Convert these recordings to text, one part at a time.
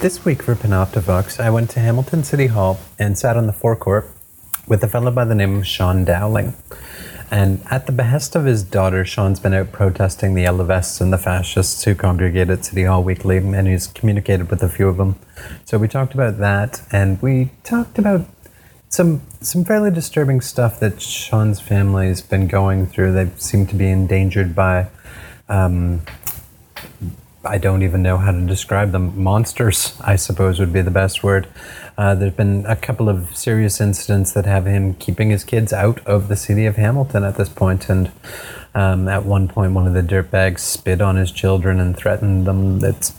This week for Panoptivox, I went to Hamilton City Hall and sat on the forecourt with a fellow by the name of Sean Dowling. And at the behest of his daughter, Sean's been out protesting the LFS and the fascists who congregate at City Hall weekly, and he's communicated with a few of them. So we talked about that, and we talked about some some fairly disturbing stuff that Sean's family's been going through. They seem to be endangered by um, I don't even know how to describe them. Monsters, I suppose, would be the best word. Uh, there's been a couple of serious incidents that have him keeping his kids out of the city of Hamilton at this point, and um, at one point, one of the dirtbags spit on his children and threatened them. It's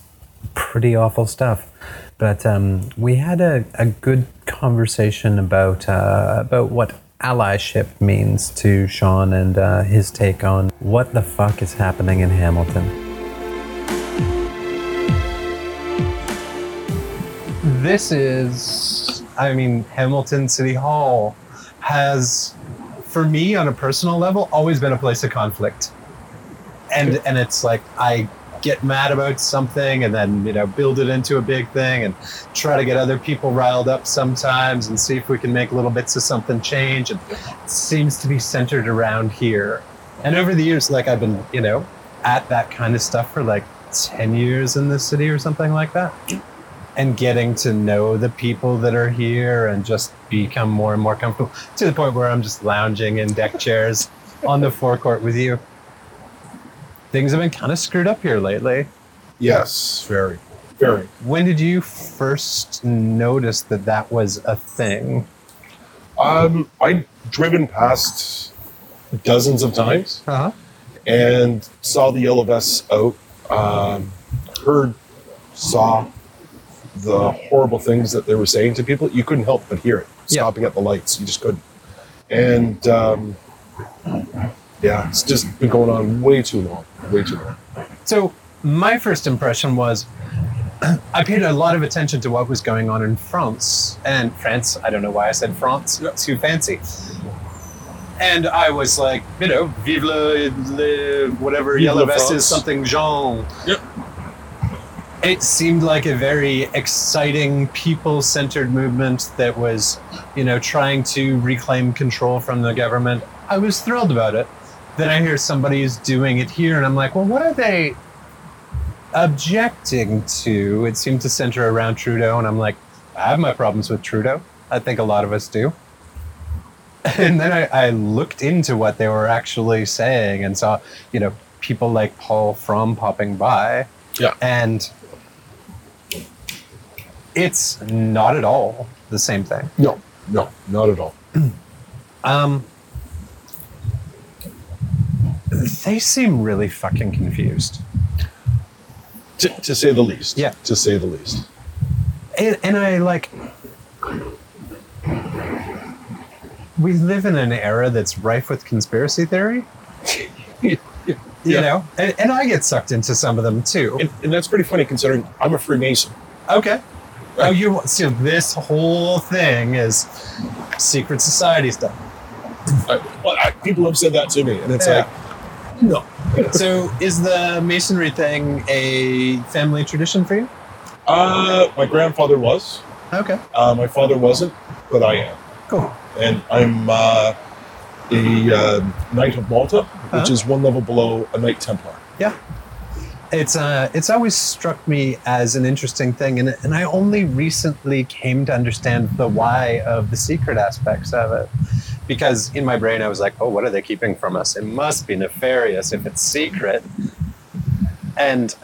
pretty awful stuff. But um, we had a, a good conversation about uh, about what allyship means to Sean and uh, his take on what the fuck is happening in Hamilton. This is, I mean, Hamilton City Hall has, for me on a personal level, always been a place of conflict. And and it's like I get mad about something and then you know build it into a big thing and try to get other people riled up sometimes and see if we can make little bits of something change and it seems to be centered around here and over the years like i've been you know at that kind of stuff for like 10 years in the city or something like that and getting to know the people that are here and just become more and more comfortable to the point where i'm just lounging in deck chairs on the forecourt with you things have been kind of screwed up here lately Yes, very, very. When did you first notice that that was a thing? Um, I'd driven past dozens of times Uh-huh. and saw the yellow vests out. Um, heard, saw the horrible things that they were saying to people. You couldn't help but hear it. Yeah. Stopping at the lights, you just couldn't. And um, yeah, it's just been going on way too long, way too long. So my first impression was I paid a lot of attention to what was going on in France. And France, I don't know why I said France, Yeah. too fancy. And I was like, you know, vive le, le- whatever Vive yellow la vest is, France. something Jean. Yep. It seemed like a very exciting, people centered movement that was, you know, trying to reclaim control from the government. I was thrilled about it. Then I hear somebody's doing it here, and I'm like, well, what are they objecting to? It seemed to center around Trudeau, and I'm like, I have my problems with Trudeau. I think a lot of us do. And then I, I looked into what they were actually saying and saw, you know, people like Paul Fromm popping by. Yeah. And it's not at all the same thing. No, no, not at all. Um, they seem really fucking confused. To, to say the least. Yeah. To say the least. and, and I like. We live in an era that's rife with conspiracy theory. you Yeah. know, and, and I get sucked into some of them too. And, and that's pretty funny considering I'm a Freemason. okay. Oh, you so this whole thing is secret society stuff. I, well, I, people have said that to me, and it's Yeah. like, no. So, is the masonry thing a family tradition for you? Uh, my grandfather was. Okay, Uh, my father wasn't, but I am, cool. and I'm uh, a uh, Knight of Malta, which Huh? is one level below a Knight Templar. Yeah. It's uh, it's always struck me as an interesting thing, and, and I only recently came to understand the why of the secret aspects of it. Because in my brain, I was like, oh, what are they keeping from us? It must be nefarious if it's secret. And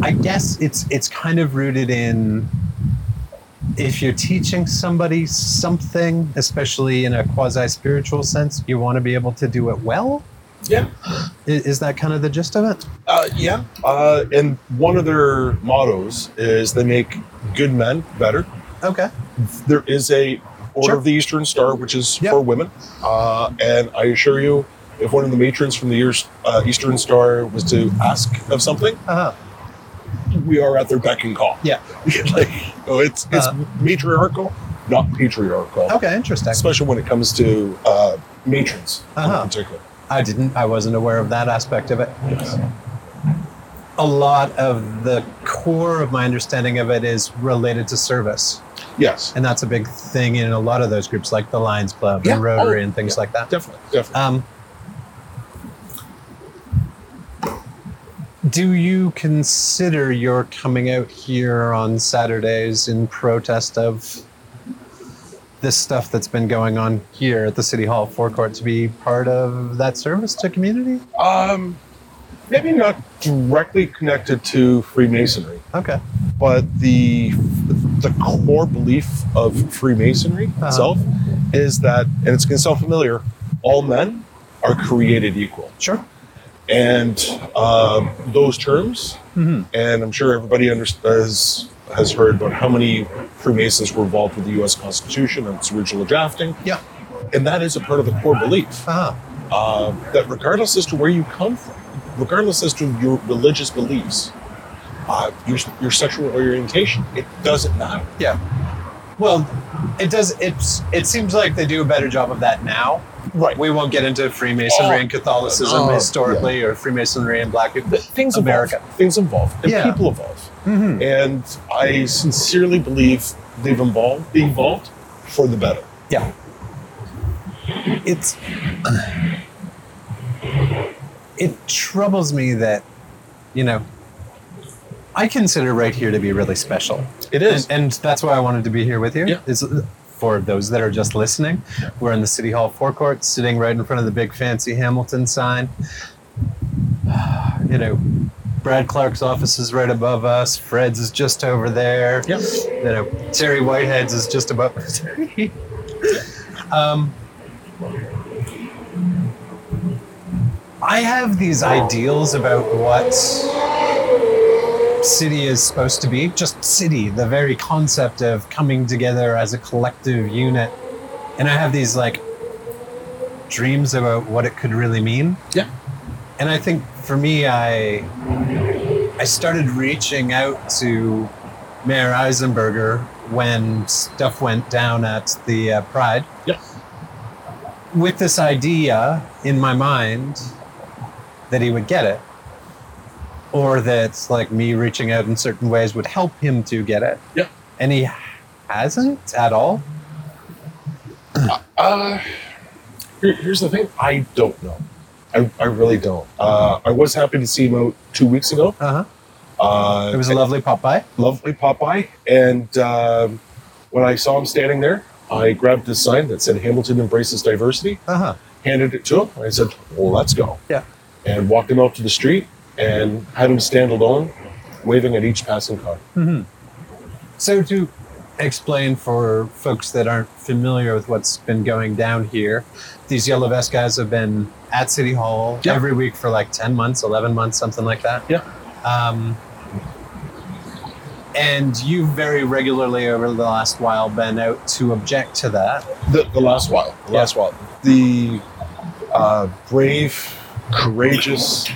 I guess it's it's kind of rooted in if you're teaching somebody something, especially in a quasi spiritual sense, you want to be able to do it well. Yeah. I- Is that kind of the gist of it? Uh, yeah. Uh, and one of their mottos is they make good men better. Okay. There is a Order Sure. of the Eastern Star, which is Yep. for women, uh, and I assure you, if one of the matrons from the Ears- uh, Eastern Star was to ask of something. Uh-huh. we are at their beck and call. Yeah. like, oh, it's it's Uh-huh. matriarchal, not patriarchal. Okay. Interesting. Especially when it comes to uh, matrons Uh-huh. in particular. I didn't. I wasn't aware of that aspect of it. A lot of the core of my understanding of it is related to service. Yes. And that's a big thing in a lot of those groups, like the Lions Club Yeah. and Rotary Oh, and things yeah, like that. Definitely. Definitely. Um, do you consider your coming out here on Saturdays in protest of this stuff that's been going on here at the City Hall forecourt to be part of that service to community? um, maybe not directly connected to Freemasonry, Okay. but the the core belief of Freemasonry Uh-huh. itself is that, and it's going to sound familiar, all men are created equal. Sure. and um, those terms. And I'm sure everybody under- has has heard about how many Freemasons were involved with the U.S. Constitution and its original drafting, Yeah. and that is a part of the core belief Uh-huh. uh, that regardless as to where you come from, regardless as to your religious beliefs, uh, your your sexual orientation, it doesn't matter. Yeah. Well, it does. It's. It seems like they do a better job of that now. Right. We won't get into Freemasonry Oh, and Catholicism no. historically, or Freemasonry and Black. that things America. evolve. Things evolve, and Yeah. people evolve. Mm-hmm. And I sincerely believe they've evolved, they evolved for the better. Yeah. It's. It troubles me that, you know, I consider right here to be really special. It is. And, and that's why I wanted to be here with you. Yeah. Is for those that are just listening, we're in the City Hall forecourt, sitting right in front of the big fancy Hamilton sign. You know, Brad Clark's office is right above us. Fred's is just over there. Yep. You know, Terry Whitehead's is just above. um, I have these ideals about what city is supposed to be. Just city, the very concept of coming together as a collective unit. And I have these like dreams about what it could really mean. Yeah. And I think for me, I I started reaching out to Mayor Eisenberger when stuff went down at the uh, Pride Yeah. with this idea in my mind that he would get it or that like me reaching out in certain ways would help him to get it Yeah. and he hasn't at all Uh, here- here's the thing I don't know. I, I really don't. Uh, I was happy to see him out two weeks ago. uh-huh Uh, it was a lovely pop by lovely Popeye. And um, when I saw him standing there, I grabbed his sign that said Hamilton Embraces Diversity, uh-huh handed it to him, and I said, well, let's go. yeah and walked him out to the street and had him stand alone, waving at each passing car. Mm-hmm. So to explain for folks that aren't familiar with what's been going down here, these yellow vest guys have been at City Hall Yeah. every week for like ten months, eleven months, something like that. Yeah. Um, and you very regularly over the last while been out to object to that. The, the last while, the last while, the uh, brave, courageous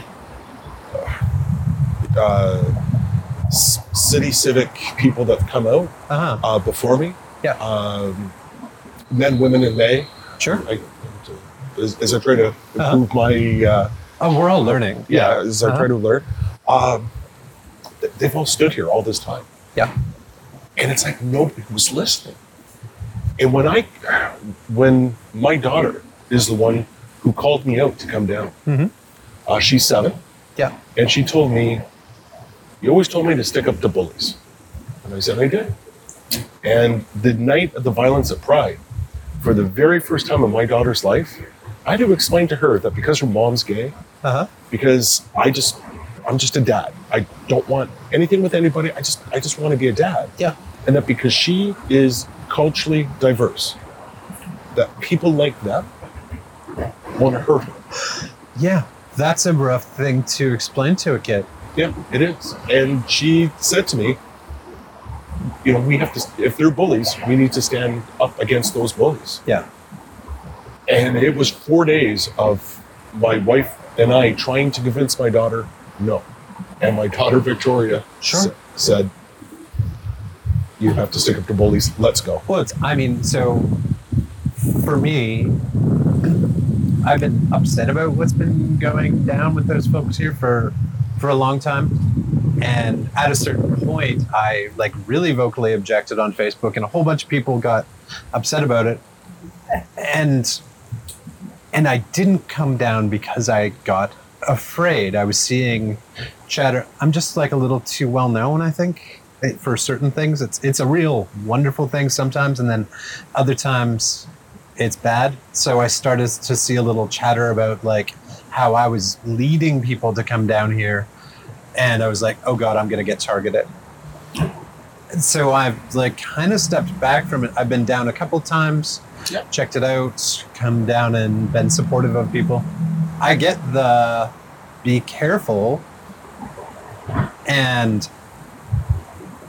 uh, s- city civic people that come out Uh huh. uh, before me, Yeah. um, men, women, and they. sure. I, as, as I try to Uh-huh. improve my uh, Oh, we're all learning. yeah, as I Uh-huh. try to learn, um, th- they've all stood here all this time. Yeah. and it's like nobody was listening. And when I, when my daughter is the one who called me out to come down, Mhm. uh, she's seven, Yeah. and she told me, "You always told me to stick up to bullies," and I said I did. And the night of the violence at Pride, for the very first time in my daughter's life, I had to explain to her that because her mom's gay, Uh huh. because I just, I'm just a dad. I don't want anything with anybody. I just, I just want to be a dad Yeah. and that because she is culturally diverse, that people like that want to hurt her. Yeah. That's a rough thing to explain to a kid. Yeah, it is. And she said to me, you know, we have to, if they're bullies, we need to stand up against those bullies. Yeah. And it was four days of my wife and I trying to convince my daughter, no. And my daughter, Victoria, Sure. sa- said, you have to stick up to bullies. Let's go. Well, it's, I mean, so for me, I've been upset about what's been going down with those folks here for for a long time. And at a certain point, I like really vocally objected on Facebook, and a whole bunch of people got upset about it. And and I didn't come down because I got afraid. I was seeing chatter. I'm just like a little too well known, I think, eh, for certain things. It's it's a real wonderful thing sometimes, and then other times it's bad. So I started to see a little chatter about like how I was leading people to come down here, and I was like, oh god, I'm gonna get targeted. And so I've like kind of stepped back from it. I've been down a couple times, Yeah. checked it out, come down and been supportive of people. I get the be careful and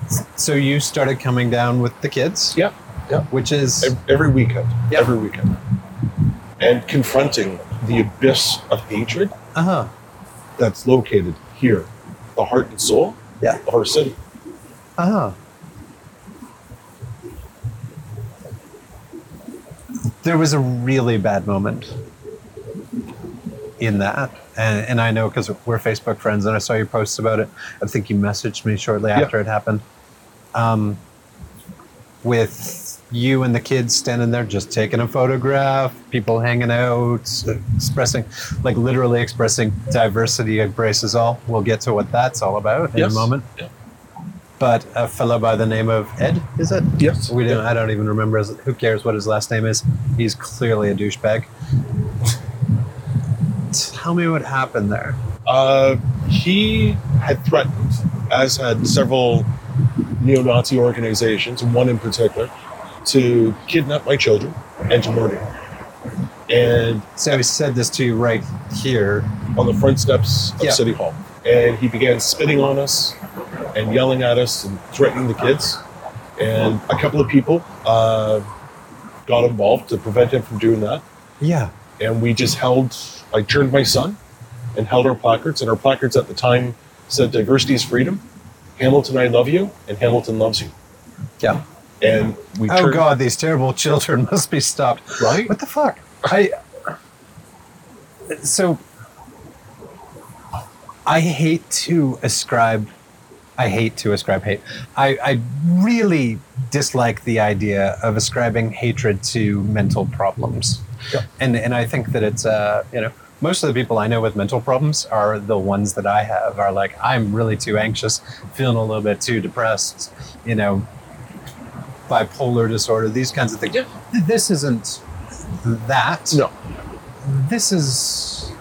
s- so you started coming down with the kids Yeah, yeah. which is Ev- Every weekend, Yeah. every weekend, and confronting the abyss of hatred uh-huh that's located here, the heart and soul Yeah. of our city. uh-huh there was a really bad moment in that and, and i know because we're facebook friends and i saw your posts about it i think you messaged me shortly Yeah. after it happened um, with you and the kids standing there just taking a photograph people hanging out expressing like literally expressing diversity embraces all we'll get to what that's all about in Yes. a moment Yeah. but a fellow by the name of ed is it Yes. we don't. I don't even remember. His, who cares what his last name is? He's clearly a douchebag. Tell me what happened there. Uh, he had threatened, as had several neo-Nazi organizations, one in particular, to kidnap my children and to murder. them. And So he said this to you right here. on the front steps of Yeah. City Hall. And he began spitting on us and yelling at us and threatening the kids. And a couple of people uh, got involved to prevent him from doing that. Yeah. And we just held, I turned my son and held our placards. And our placards at the time said, Diversity is freedom, Hamilton, I love you, and Hamilton loves you. Yeah. And we Oh turned, God, these terrible children must be stopped. right? What the fuck? I. So. I hate to ascribe. I hate to ascribe hate. I, I really dislike the idea of ascribing hatred to mental problems. Yeah. And, and I think that it's, uh, you know, most of the people I know with mental problems are the ones that I have, are like, I'm really too anxious, feeling a little bit too depressed, you know, bipolar disorder, these kinds of things. Yeah. Th- This isn't that. No. This is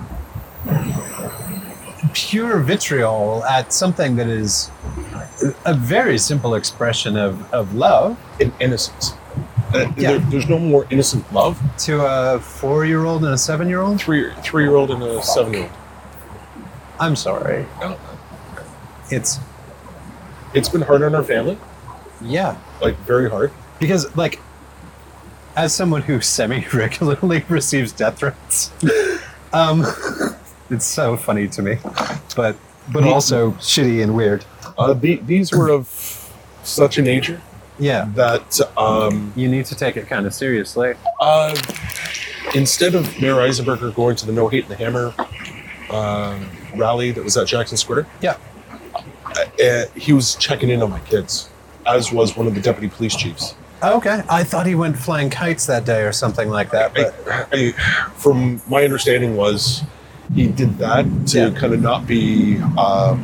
pure vitriol at something that is a very simple expression of, of love In innocence. Uh, Yeah. there- there's no more innocent love. to a four year old and a seven year old. Three, three-year-old and a seven-year-old. I'm sorry. No. It's, It's been hard on our family. yeah. like very hard. because like as someone who semi-regularly receives death threats um it's so funny to me but but Me- also shitty and weird Uh, the, these were of such a nature yeah that um, you need to take it kind of seriously uh, instead of Mayor Eisenberger going to the No Hate and the Hammer um rally that was at Jackson Square, yeah uh, he was checking in on my kids, as was one of the deputy police chiefs. okay i thought he went flying kites that day or something like that I, but I, from my understanding was he did that to Yeah. kind of not be um,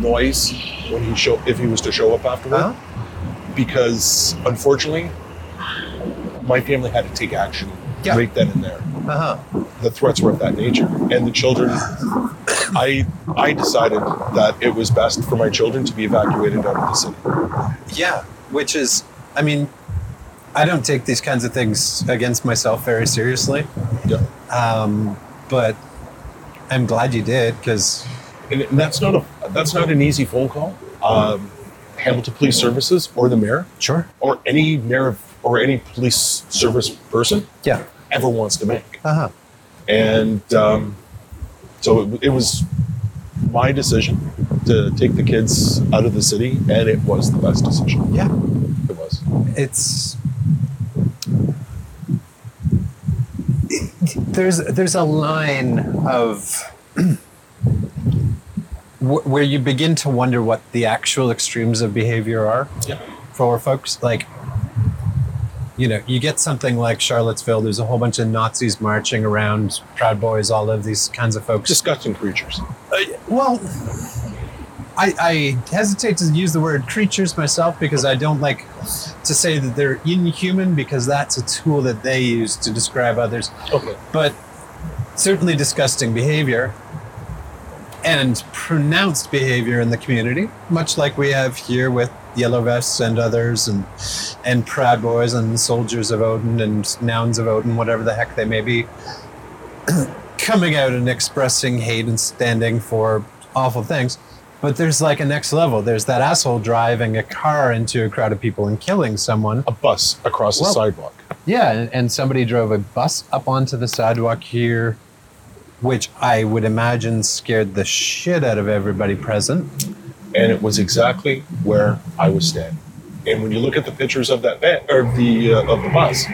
noise when he show if he was to show up afterward. huh? because unfortunately, my family had to take action Yeah. right then and there. uh-huh The threats were of that nature, and the children. I I decided that it was best for my children to be evacuated out of the city. yeah which is i mean i don't take these kinds of things against myself very seriously Yeah. um but i'm glad you did because And, and that's not a that's not an easy phone call. Um, Hamilton Police Services or the mayor sure or any mayor of, or any police service person yeah ever wants to make. Uh-huh. and um, so it, it was my decision to take the kids out of the city, and it was the best decision. Yeah. It was. It's it- there's there's a line of wh- where you begin to wonder what the actual extremes of behavior are Yeah. for folks. Like, you know, you get something like Charlottesville. There's a whole bunch of Nazis marching around, Proud Boys, all of these kinds of folks. Disgusting creatures. Uh, Well, I, I hesitate to use the word creatures myself because I don't like to say that they're inhuman because that's a tool that they use to describe others, Okay. but certainly disgusting behavior and pronounced behavior in the community, much like we have here with yellow vests and others and and proud boys and soldiers of Odin and nouns of Odin, whatever the heck they may be, coming out and expressing hate and standing for awful things. But there's like a next level. There's that asshole driving a car into a crowd of people and killing someone. A bus across the Well- sidewalk. Yeah, and, and somebody drove a bus up onto the sidewalk here, which I would imagine scared the shit out of everybody present. and it was exactly where I was standing. And when you look at the pictures of that van or the uh, of the bus,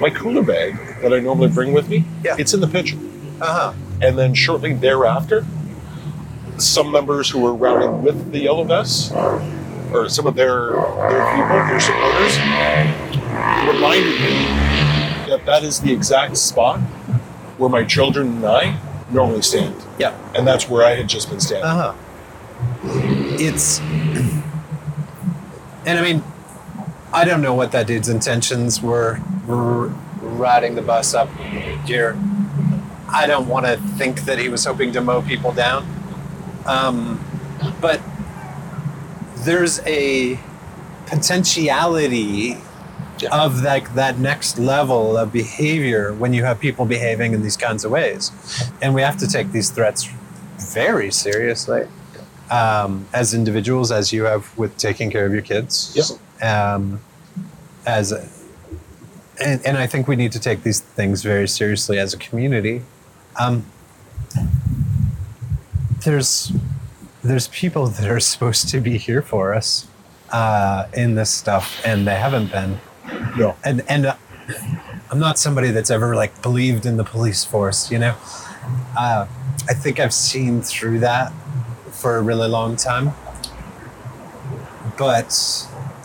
my cooler bag that I normally bring with me, Yeah. it's in the picture. Uh huh. And then shortly thereafter, some members who were routing with the Yellow Vests, or some of their their people, their supporters, reminded me that that is the exact spot where my children and I normally stand, Yeah. and that's where I had just been standing. Uh huh. It's. And I mean, I don't know what that dude's intentions were r- riding the bus up here. I don't want to think that he was hoping to mow people down. Um, but there's a potentiality of like that next level of behavior when you have people behaving in these kinds of ways. And we have to take these threats very seriously um, as individuals, as you have with taking care of your kids. Um, as a, and, and I think we need to take these things very seriously as a community. Um, there's there's people that are supposed to be here for us uh, in this stuff, and they haven't been No. and and uh, I'm not somebody that's ever like believed in the police force, you know. Uh, I think I've seen through that for a really long time, but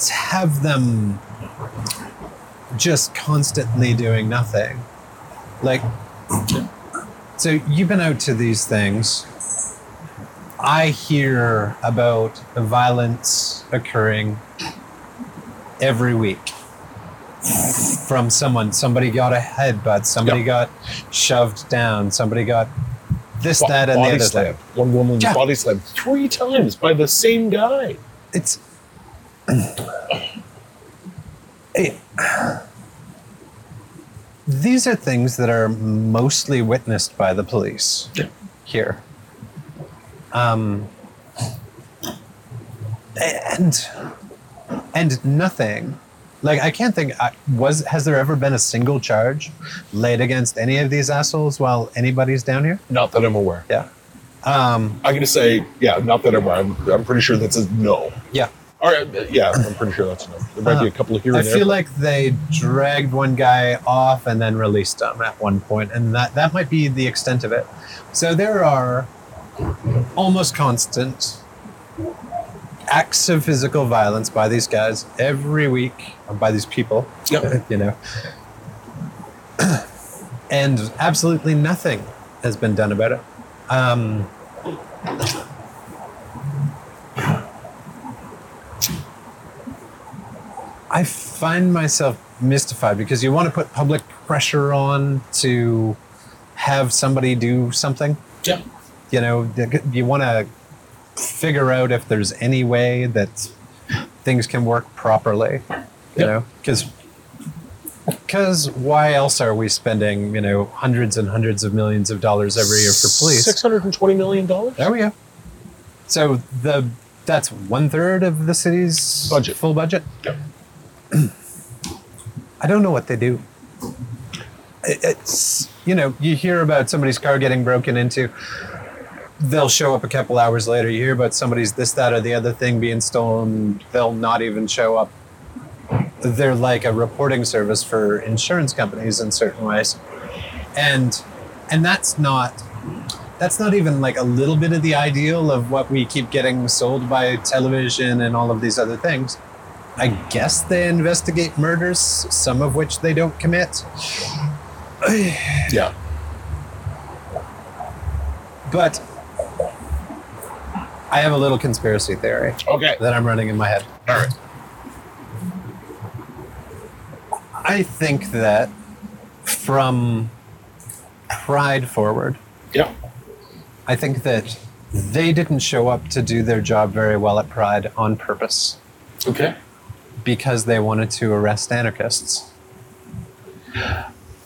to have them just constantly doing nothing, like, so you've been out to these things. I hear about violence occurring every week from someone. Somebody got a headbutt. Somebody got shoved down. Somebody got this, Bo- that, and the body other slam. thing. One woman Yeah. body slammed three times by the same guy. It's. It- these are things that are mostly witnessed by the police here. Um, and and nothing. Like I can't think. I, was has there ever been a single charge laid against any of these assholes while anybody's down here? Not that I'm aware. Yeah. Um, I'm gonna say, yeah, not that I'm aware. I'm, I'm pretty sure that's a no. yeah. All right, uh, yeah, I'm pretty sure that's a no. There might be a couple here and I there. feel but like they dragged one guy off and then released him at one point, and that, that might be the extent of it. So there are almost constant acts of physical violence by these guys every week, or by these people, Yep. you know. and absolutely nothing has been done about it. Um, I find myself mystified because you want to put public pressure on to have somebody do something. Yeah. You know, th- you want to figure out if there's any way that things can work properly. You Yeah. know, because because why else are we spending you know hundreds and hundreds of millions of dollars every year for police? Six hundred and twenty million dollars. There we go. So the that's one third of the city's Budget. full budget. Yep. I don't know what they do. It- It's you know you hear about somebody's car getting broken into. They'll show up a couple hours later. You hear about somebody's this, that, or the other thing being stolen. They'll not even show up. They're like a reporting service for insurance companies in certain ways, and and that's not that's not even like a little bit of the ideal of what we keep getting sold by television and all of these other things. I guess they investigate murders, some of which they don't commit. Yeah. But I have a little conspiracy theory Okay. that I'm running in my head. All right. I think that from Pride forward, Yeah. I think that they didn't show up to do their job very well at Pride on purpose Okay. because they wanted to arrest anarchists.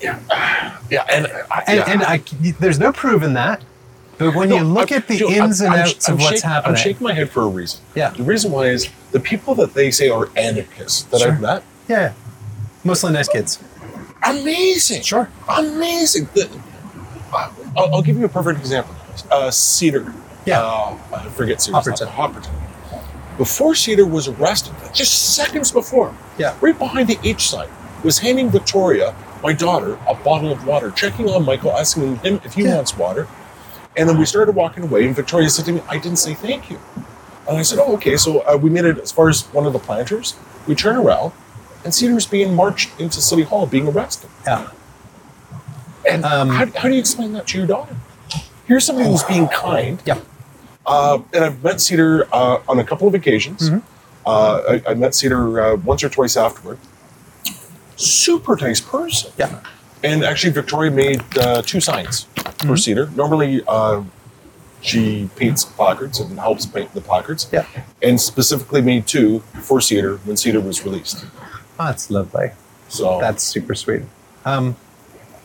Yeah. And, I And, yeah. and I, there's no proof in that. But when you No, look I'm- at the dude, I'm- ins I'm and sh- outs of I'm what's shak- happening, I'm shaking my head for a reason. Yeah. The reason why is the people that they say are anarchists that Sure. I've met. yeah, mostly nice kids. Amazing. Sure. Amazing. The- I- I'll, I'll give you a perfect example. Uh, Cedar. Yeah. Uh, I forget Cedar. Hopperton. Hopperton. Before Cedar was arrested, just seconds before, Yeah. right behind the H site, was handing Victoria, my daughter, a bottle of water, checking on Michael, asking him if he Yeah. wants water. And then we started walking away, and Victoria said to me, I didn't say thank you. And I said, Oh, okay. So uh, we made it as far as one of the planters. We turn around, and Cedar's being marched into City Hall, being arrested. Yeah. And Um, how, how do you explain that to your daughter? Here's somebody who's being kind. Yeah. Uh, and I've met Cedar uh, on a couple of occasions. Mm-hmm. Uh, I, I met Cedar uh, once or twice afterward. Super nice person. Yeah. And actually, Victoria made uh, two signs Mm-hmm. for Cedar. Normally, uh, she paints placards and helps paint the placards. Yeah. And specifically made two for Cedar when Cedar was released. Oh, that's lovely. So That's super sweet. Um,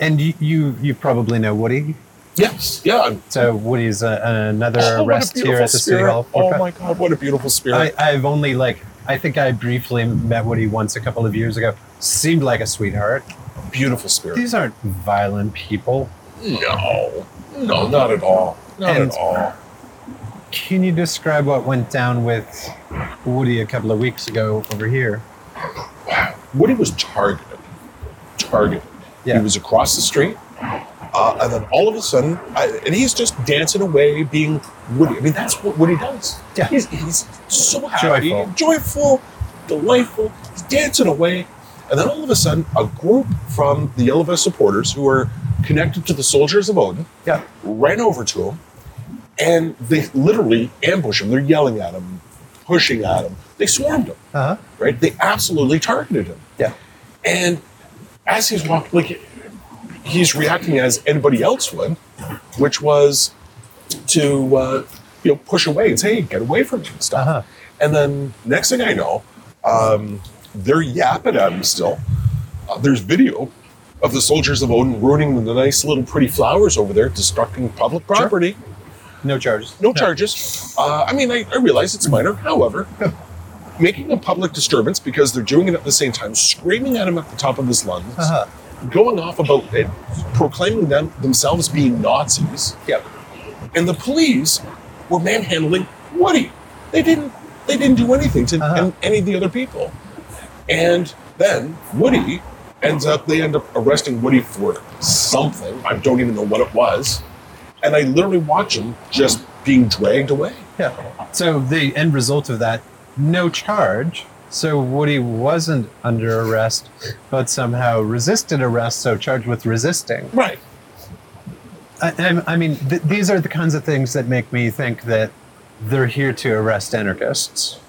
and you, you you probably know Woody. yes, yeah. I'm- So Woody's a, another Oh, what a arrest here beautiful at the city spirit. hall. for Oh Pride. my God, what a beautiful spirit! I, I've only like I think I briefly met Woody once a couple of years ago. Seemed like a sweetheart. beautiful spirit. These aren't violent people. No, no, not at all. Not And- at all. Can you describe what went down with Woody a couple of weeks ago over here? Woody was targeted. Targeted. Yeah. He was across the street, uh, and then all of a sudden, I, and he's just dancing away, being Woody. I mean, that's what Woody does. Yeah. He's, he's so happy, Joyful. joyful. delightful. He's dancing away, and then all of a sudden, a group from the Yellow Vest supporters who are connected to the soldiers of Odin Yeah. ran over to him and they literally ambush him. They're yelling at him, pushing at him. They swarmed him, Uh huh. right? They absolutely targeted him. Yeah. And as he's walking, like he's reacting as anybody else would, which was to uh, you know push away and say, "Hey, get away from me!" and stuff. Uh-huh. And then next thing I know, um, they're yapping at him still. Uh, there's video of the soldiers of Odin ruining the nice little pretty flowers over there, destructing public property. No charges. No charges. Uh, I mean, I, I realize it's minor. However, making a public disturbance because they're doing it at the same time, screaming at him at the top of his lungs, Uh huh. going off about it, proclaiming them themselves being Nazis, Yeah. and the police were manhandling Woody. They didn't. They didn't do anything to Uh-huh. an- any of the other people. And then Woody ends up. They end up arresting Woody for something. I don't even know what it was. And I literally watch him just being dragged away. Yeah. So the end result of that, no charge. So Woody wasn't under arrest, but somehow resisted arrest, so charged with resisting. Right. I, I, I mean, th- these are the kinds of things that make me think that they're here to arrest anarchists,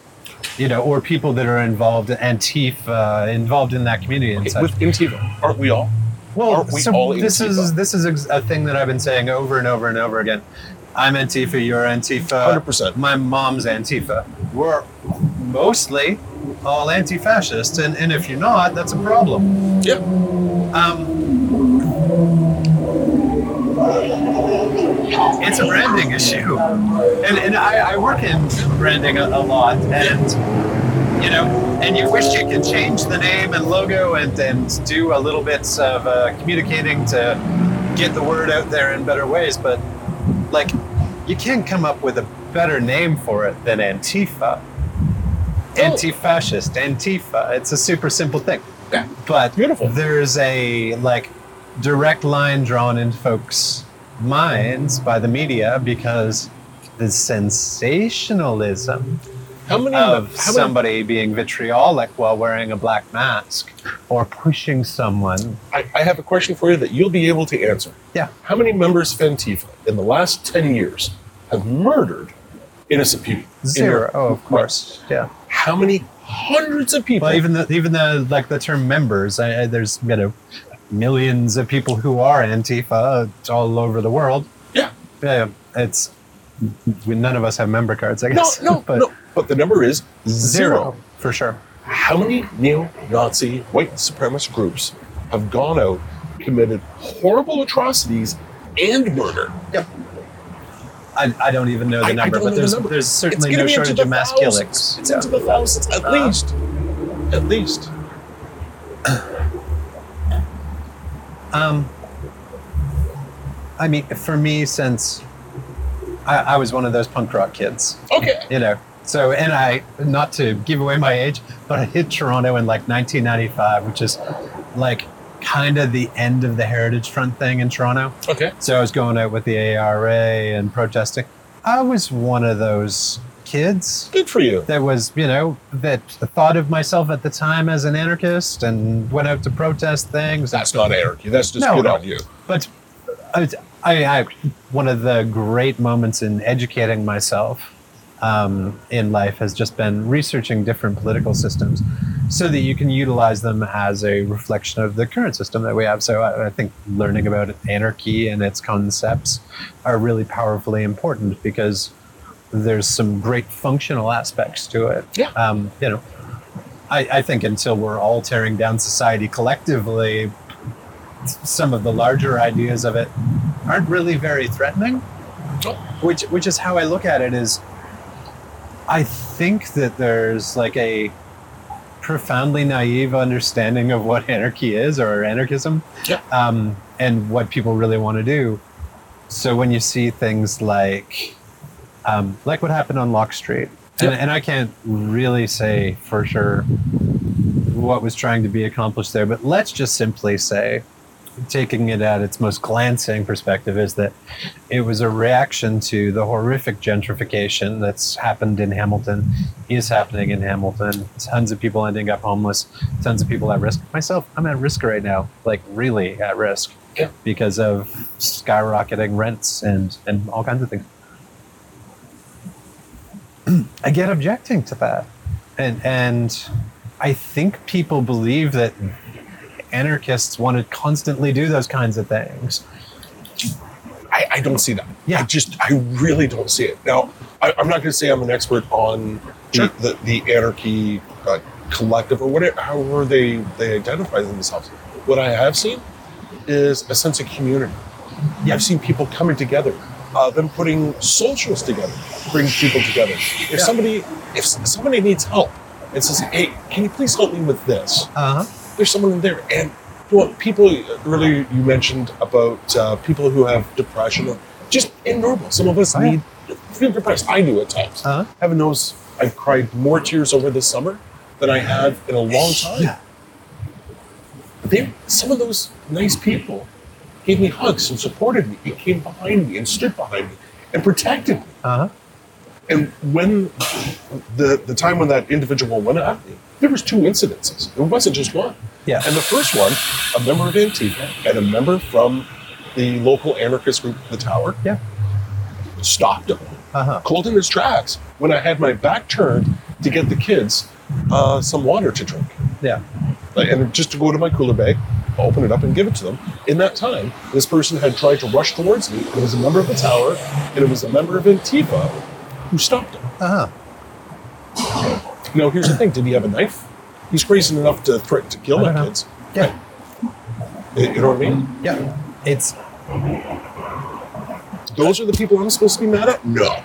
you know, or people that are involved, Antifa, involved in that community and such. With Intiva, aren't we all? Well, Aren't we so all this Antifa? is this is ex- a thing that I've been saying over and over and over again. I'm Antifa. You're Antifa. 100%. My mom's Antifa. We're mostly all anti-fascists, and, and if you're not, that's a problem. Yeah. Um, it's a branding issue, and, and I, I work in branding a, a lot, and you know, and you wish you could change the name and logo and, and do a little bits of uh, communicating to get the word out there in better ways, but like you can't come up with a better name for it than Antifa. Anti-fascist, Antifa. It's a super simple thing Yeah. but Beautiful. there's a like direct line drawn in folks minds by the media because the sensationalism How many of how many- somebody being vitriolic while wearing a black mask or pushing someone. I, I have a question for you that you'll be able to answer. Yeah. How many members of Antifa in the last 10 years have murdered innocent people? In Zero. their- Oh, of course. Yeah. How many hundreds of people? Well, even the even the like the term members, I, I, there's you know millions of people who are Antifa all over the world. yeah. Yeah, it's we, none of us have member cards, I No, guess. no, but no. But the number is zero for sure. How many neo-Nazi white supremacist groups have gone out, committed horrible atrocities, and murder? I, I don't even know the I- I number, don't know but the there's number. there's It's certainly gonna no be into shortage the of mass thousands. killings. It's into the thousands, at least. At least. Um, I mean, for me, since I, I was one of those punk rock kids, Okay. you know. So, and I, not to give away my age, but I hit Toronto in like 1995, which is like kind of the end of the Heritage Front thing in Toronto. Okay. So I was going out with the ARA and protesting. I was one of those kids Good for you. that was, you know, that thought of myself at the time as an anarchist and went out to protest things. That's not anarchy. That's just No, good no. on you. But I, I, I, one of the great moments in educating myself um, in life has just been researching different political systems so that you can utilize them as a reflection of the current system that we have. So I, I think learning about anarchy and its concepts are really powerfully important because there's some great functional aspects to it. Yeah. Um, you know, I, I think until we're all tearing down society collectively, some of the larger ideas of it aren't really very threatening. Which which is how I look at it is I think that there's like a profoundly naive understanding of what anarchy is or anarchism Yeah. um, and what people really want to do. So when you see things like um, like what happened on Lock Street, and, Yeah. and I can't really say for sure what was trying to be accomplished there, but let's just simply say, taking it at its most glancing perspective, is that it was a reaction to the horrific gentrification that's happened in Hamilton, is happening in Hamilton. Tons of people ending up homeless, tons of people at risk. Myself, I'm at risk right now, like really at risk Yeah. because of skyrocketing rents and, and all kinds of things. I get objecting to that. And, and I think people believe that anarchists want to constantly do those kinds of things. I, I don't see that. Yeah. I just, I really don't see it. Now, I, I'm not going to say I'm an expert on Sure. the, the, the anarchy uh, collective or whatever, however they, they identify themselves. What I have seen is a sense of community. I've seen people coming together, uh, them putting socials together, bringing people together. If Yeah. somebody, if s- somebody needs help and says, "Hey, can you please help me with this?" Uh huh. there's someone in there. And well, people earlier you mentioned about uh, people who have depression or just in normal. Some of us Oh, yeah. need feel depressed. I do at times. Uh-huh. Heaven knows I've cried more tears over this summer than I have in a long time. Oh, Yeah. They, some of those nice people gave me hugs and supported me and came behind me and stood behind me and protected me. Uh huh. And when the the time when that individual went at me, there was two incidences. It wasn't just one. Yeah. And the first one, a member of Antifa and a member from the local anarchist group, the Tower, Yeah. stopped him, Uh huh. closed in his tracks when I had my back turned to get the kids uh, some water to drink, Yeah. Like, and just to go to my cooler bag, open it up and give it to them. In that time, this person had tried to rush towards me. It was a member of the Tower, and it was a member of Antifa who stopped him. Uh huh. Now, here's the thing: Did he have a knife? He's crazy enough to threaten to kill I my don't know. kids. Yeah. You you know what I mean? Yeah. It's Those are the people I'm supposed to be mad at? No,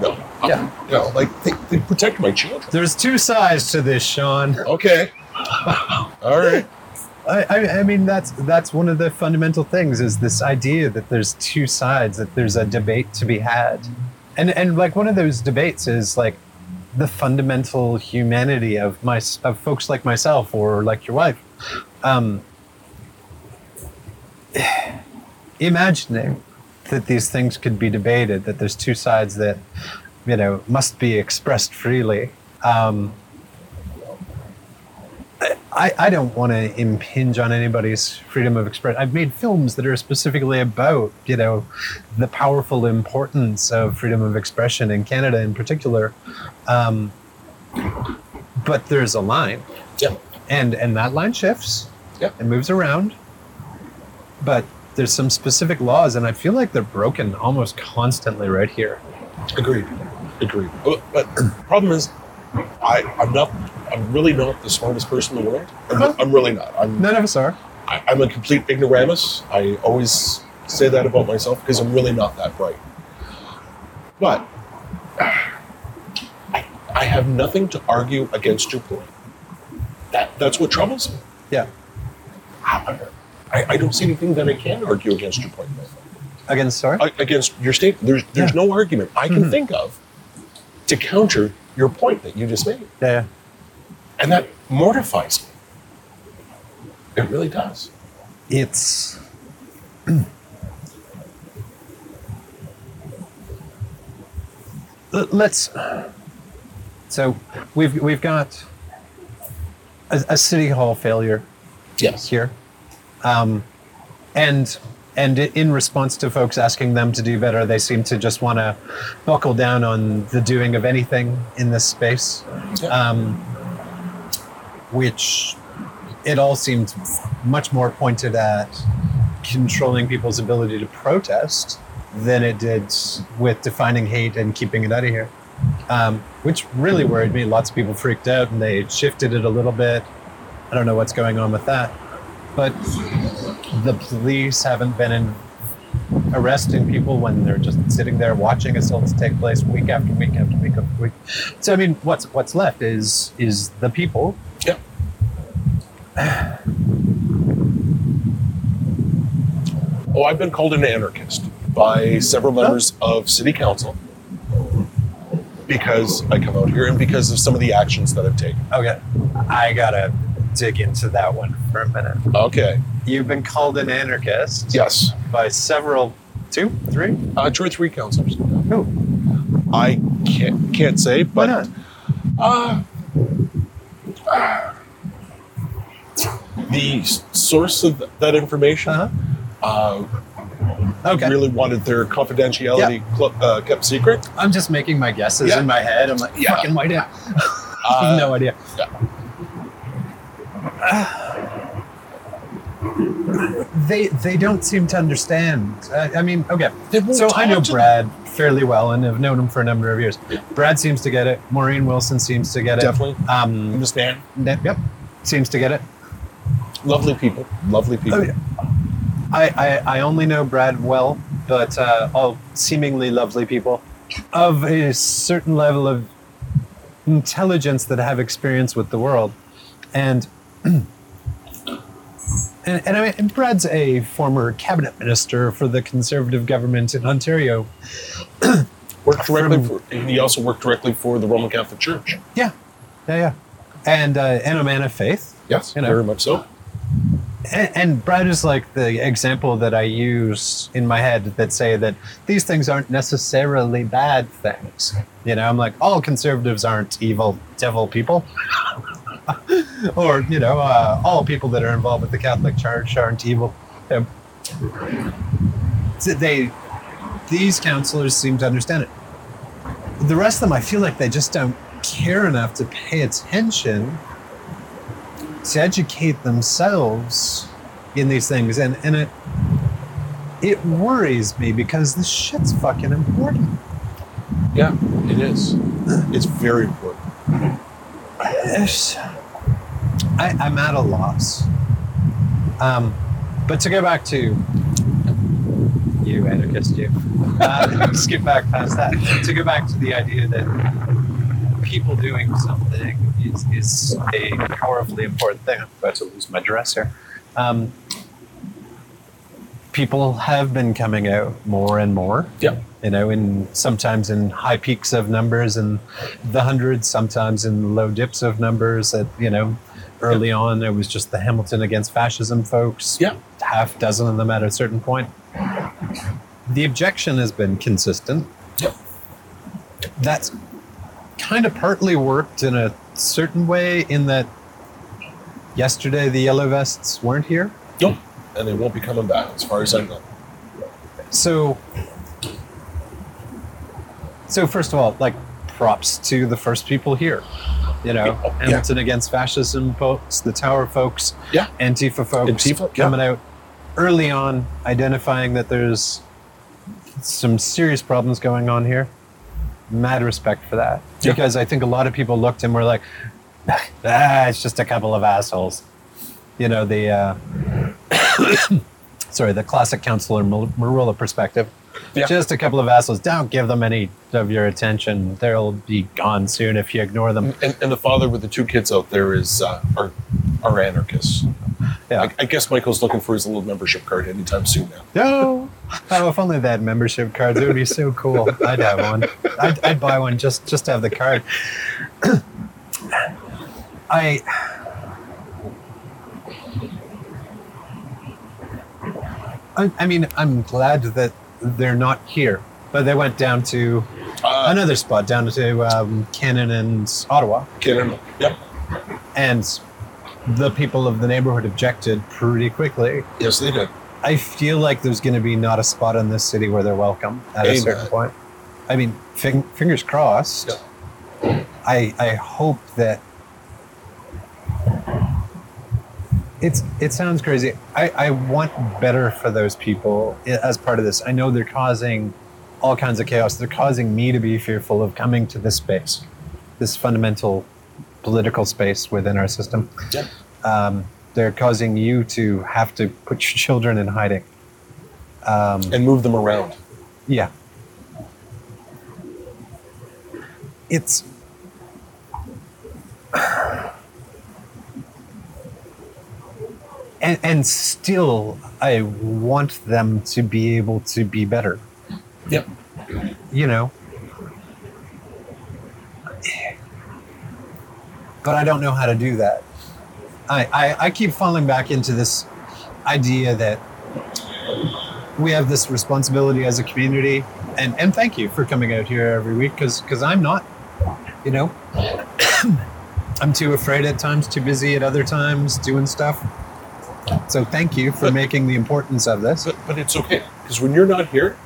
no, I- Yeah. no. Like they, they protect my children. there's two sides to this, Sean. Okay, all right. I, I, I mean that's that's one of the fundamental things is this idea that there's two sides that there's a debate to be had and and like one of those debates is like the fundamental humanity of my of folks like myself or like your wife um, imagining that these things could be debated, that there's two sides that, you know, must be expressed freely. Um, I, I don't want to impinge on anybody's freedom of expression. I've made films that are specifically about, you know, the powerful importance of freedom of expression in Canada in particular. Um, but there's a line, Yeah. and and that line shifts. Yeah. It moves around. But there's some specific laws, and I feel like they're broken almost constantly right here. Agreed. Agreed. But, but the problem is, I, I'm not. I'm really not the smartest person in the world. I'm, I'm really not. I'm, None of us are. I, I'm a complete ignoramus. I always say that about myself because I'm really not that bright. But I, I have nothing to argue against your point. That that's what troubles me. Yeah. However, I, I don't see anything that I can argue against your point. with. Against sorry. A- Against your statement, there's there's Yeah. Mm-hmm. no argument I can think of to counter your point that you just made, yeah. and that mortifies me. It really does. It's. Let- Uh, Let's. So we've we've got a, a city hall failure Yes. here, um, and and i- in response to folks asking them to do better, they seem to just want to buckle down on the doing of anything in this space Yeah. um, which it all seemed much more pointed at controlling people's ability to protest than it did with defining hate and keeping it out of here, um, which really worried me. Lots of people freaked out and they shifted it a little bit. I don't know what's going on with that, but the police haven't been in arresting people when they're just sitting there watching assaults take place week after week after week after week. So I mean, what's what's left is is the people. Yeah. Oh, I've been called an anarchist by several members of city council because I come out here and because of some of the actions that I've taken. Okay, I gotta dig into that one for a minute. Okay. You've been called an anarchist Yes. by several, two, three. Uh, two or three councilors. No, I can't can't say, but why not? Uh, the s- source of th- that information Uh-huh. uh, Okay, really wanted their confidentiality cl- uh, kept secret. I'm just making my guesses Yeah. in my head. I'm like, Yeah. fucking white out. Uh, no idea. yeah. They they don't seem to understand. I, I mean, okay. They won't So I know talk to Brad fairly well, and have known him for a number of years. Yeah. Brad seems to get it. Maureen Wilson seems to get it. Definitely. Um, "Ah, Understand? ne- yep, seems to get it. Lovely people. Lovely people. Oh, yeah. I, I, I only know Brad well, but uh, all seemingly lovely people of a certain level of intelligence that have experience with the world. And and, and I mean, and Brad's a former cabinet minister for the conservative government in Ontario. Worked directly From- for. And he also worked directly for the Roman Catholic Church. Yeah, yeah, yeah. And, uh, and a man of faith. Yes, You know. very much so. and, and Brad is like the example that I use in my head that say that these things aren't necessarily bad things. You know, I'm like all conservatives aren't evil devil people, or you know, uh, all people that are involved with the Catholic Church aren't evil. Um, so they, these counselors seem to understand it. The rest of them, I feel like they just don't care enough to pay attention to educate themselves in these things and and it it worries me because this shit's fucking important Yeah, it is. It's very important. It's- I, i'm at a loss um but to go back to you anarchist you uh, skip back past that to go back to the idea that people doing something is, is a powerfully important thing i'm about to lose my dresser um, people have been coming out more and more Yeah. you know, in sometimes in high peaks of numbers and the hundreds, sometimes in low dips of numbers. That you know, early on it was just the Hamilton against fascism folks. Yeah. half dozen of them at a certain point. the objection has been consistent. Yep. That's kind of partly worked in a certain way, in that yesterday the yellow vests weren't here. Nope. And they won't be coming back, as far as I know. So, so first of all, like props to the first people here. You know, Yeah. Hamilton against fascism folks, the Tower folks, Yeah. Antifa folks Antifa, yeah. coming out early on, identifying that there's some serious problems going on here. Mad respect for that. Yeah. Because I think a lot of people looked and were like, ah, it's just a couple of assholes. You know, the, uh, sorry, the classic counselor Mar- Marula perspective. Yeah. Just a couple of assholes. Don't give them any of your attention. They'll be gone soon if you ignore them. And, and the father with the two kids out there is uh, our, our anarchist. Yeah. I, I guess Michael's looking for his little membership card anytime soon now. No. Oh, if only they had membership cards. It would be so cool. I'd have one. I'd, I'd buy one just just to have the card. I. I I mean, I'm glad that they're not here, but they went down to Uh, another spot, down to um, Cannon and Ottawa, Kid and- Yep. and the people of the neighborhood objected pretty quickly. Yes, they did. I feel like there's going to be not a spot in this city where they're welcome at a Amen. certain point. I mean, fing- fingers crossed. Yeah. I I hope that it's it sounds crazy. I I want better for those people i- as part of this. I know they're causing all kinds of chaos. They're causing me to be fearful of coming to this space, this fundamental political space within our system Yeah. um, they're causing you to have to put your children in hiding. Um, And move them around. yeah. It's. And, and still, I want them to be able to be better Yep. you know. But I don't know how to do that. I, I, I keep falling back into this idea that we have this responsibility as a community. And, and thank you for coming out here every week because I'm not, you know, I'm too afraid at times, too busy at other times, doing stuff. So thank you for But- making the importance of this. But, but it's okay. Because when you're not here,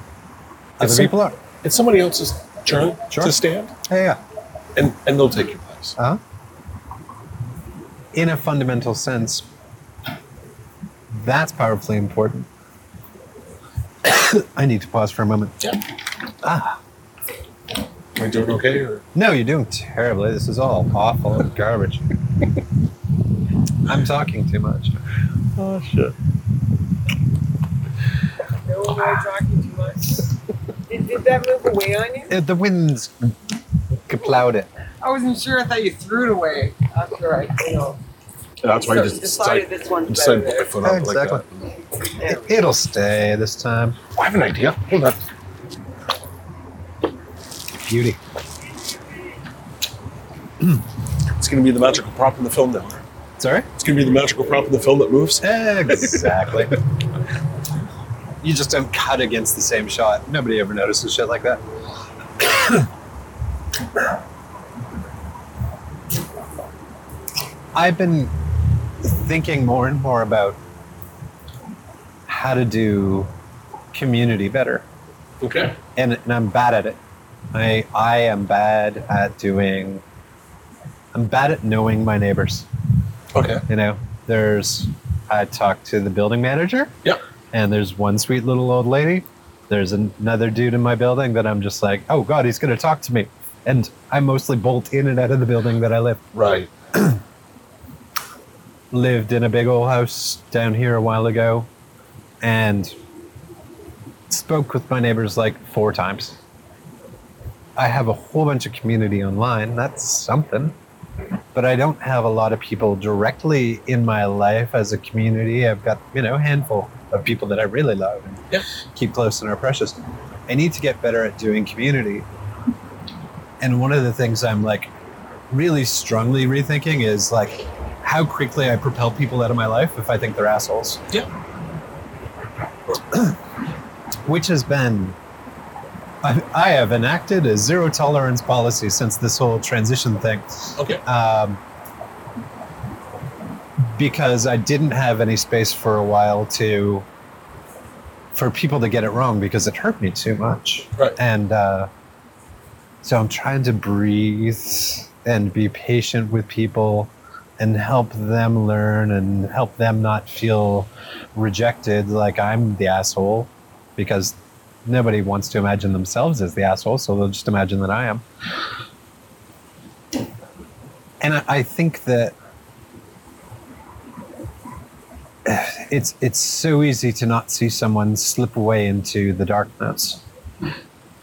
Other it's- people are. it's somebody else's turn Sure. to stand, Yeah, yeah. and, and they'll take your place. Uh-huh. In a fundamental sense, that's powerfully important. I need to pause for a moment. Yeah. Am I doing okay? Or No, you're doing terribly. This is all awful and garbage. I'm talking too much. oh shit. No, we were talking too much. Did, did that move away on you? Uh, The winds plowed it. I wasn't sure. I thought you threw it away after I, you know. That's why I So just decided decided, this one's decided to put my foot better. on it Exactly. like that. Yeah. It- It'll stay this time. I have an idea. Hold on. Beauty. It's going to be the magical prop in the film now. Sorry? It's going to be the magical prop in the film that moves. Exactly. you just don't cut against the same shot. Nobody ever notices shit like that. I've been thinking more and more about how to do community better Okay. and, and I'm bad at it. I I am bad at doing I'm bad at knowing my neighbors. Okay. You know, there's I talked to the building manager Yep. and there's one sweet little old lady. There's another dude in my building that I'm just like, oh god, he's gonna talk to me. And I mostly bolt in and out of the building that I live. Right. Lived in a big old house down here a while ago, and spoke with my neighbors like four times. I have a whole bunch of community online. That's something. But I don't have a lot of people directly in my life as a community. I've got, you know, a handful of people that I really love and Yep. keep close and are precious. I need to get better at doing community. And one of the things I'm like really strongly rethinking is like how quickly I propel people out of my life if I think they're assholes. Yep. which has been. I, I have enacted a zero tolerance policy since this whole transition thing. Okay. um, because I didn't have any space for a while to for people to get it wrong because it hurt me too much. Right. And uh, so I'm trying to breathe and be patient with people and help them learn and help them not feel rejected like I'm the asshole because nobody wants to imagine themselves as the asshole, so they'll just imagine that I am. And I, I think that it's it's so easy to not see someone slip away into the darkness.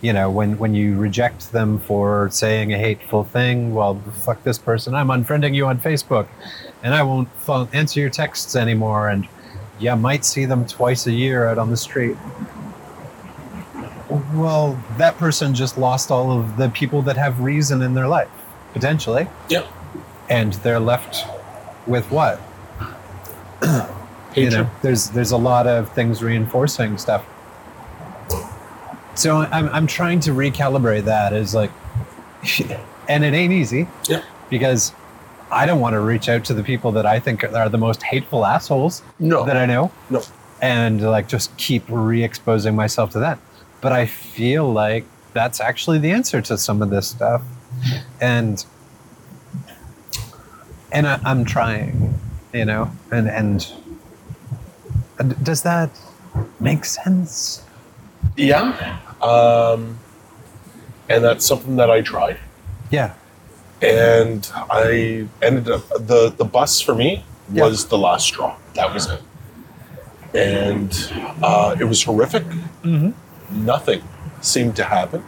You know, when when you reject them for saying a hateful thing, well, fuck this person. I'm unfriending you on Facebook, and I won't fo- answer your texts anymore. And you might see them twice a year out on the street. Well, that person just lost all of the people that have reason in their life, potentially Yeah. and they're left with what you Hatred. know there's there's a lot of things reinforcing stuff so i'm, I'm trying to recalibrate that is like and it ain't easy Yeah. because i don't want to reach out to the people that i think are the most hateful assholes No. that i know No. and like just keep re-exposing myself to that but i feel like that's actually the answer to some of this stuff and and I, i'm trying you know and and and does that make sense Yeah. Um, and that's something that I tried. yeah and I ended up the the bus for me Yeah. was the last straw. That was it, and uh, it was horrific. Mhm. Nothing seemed to happen.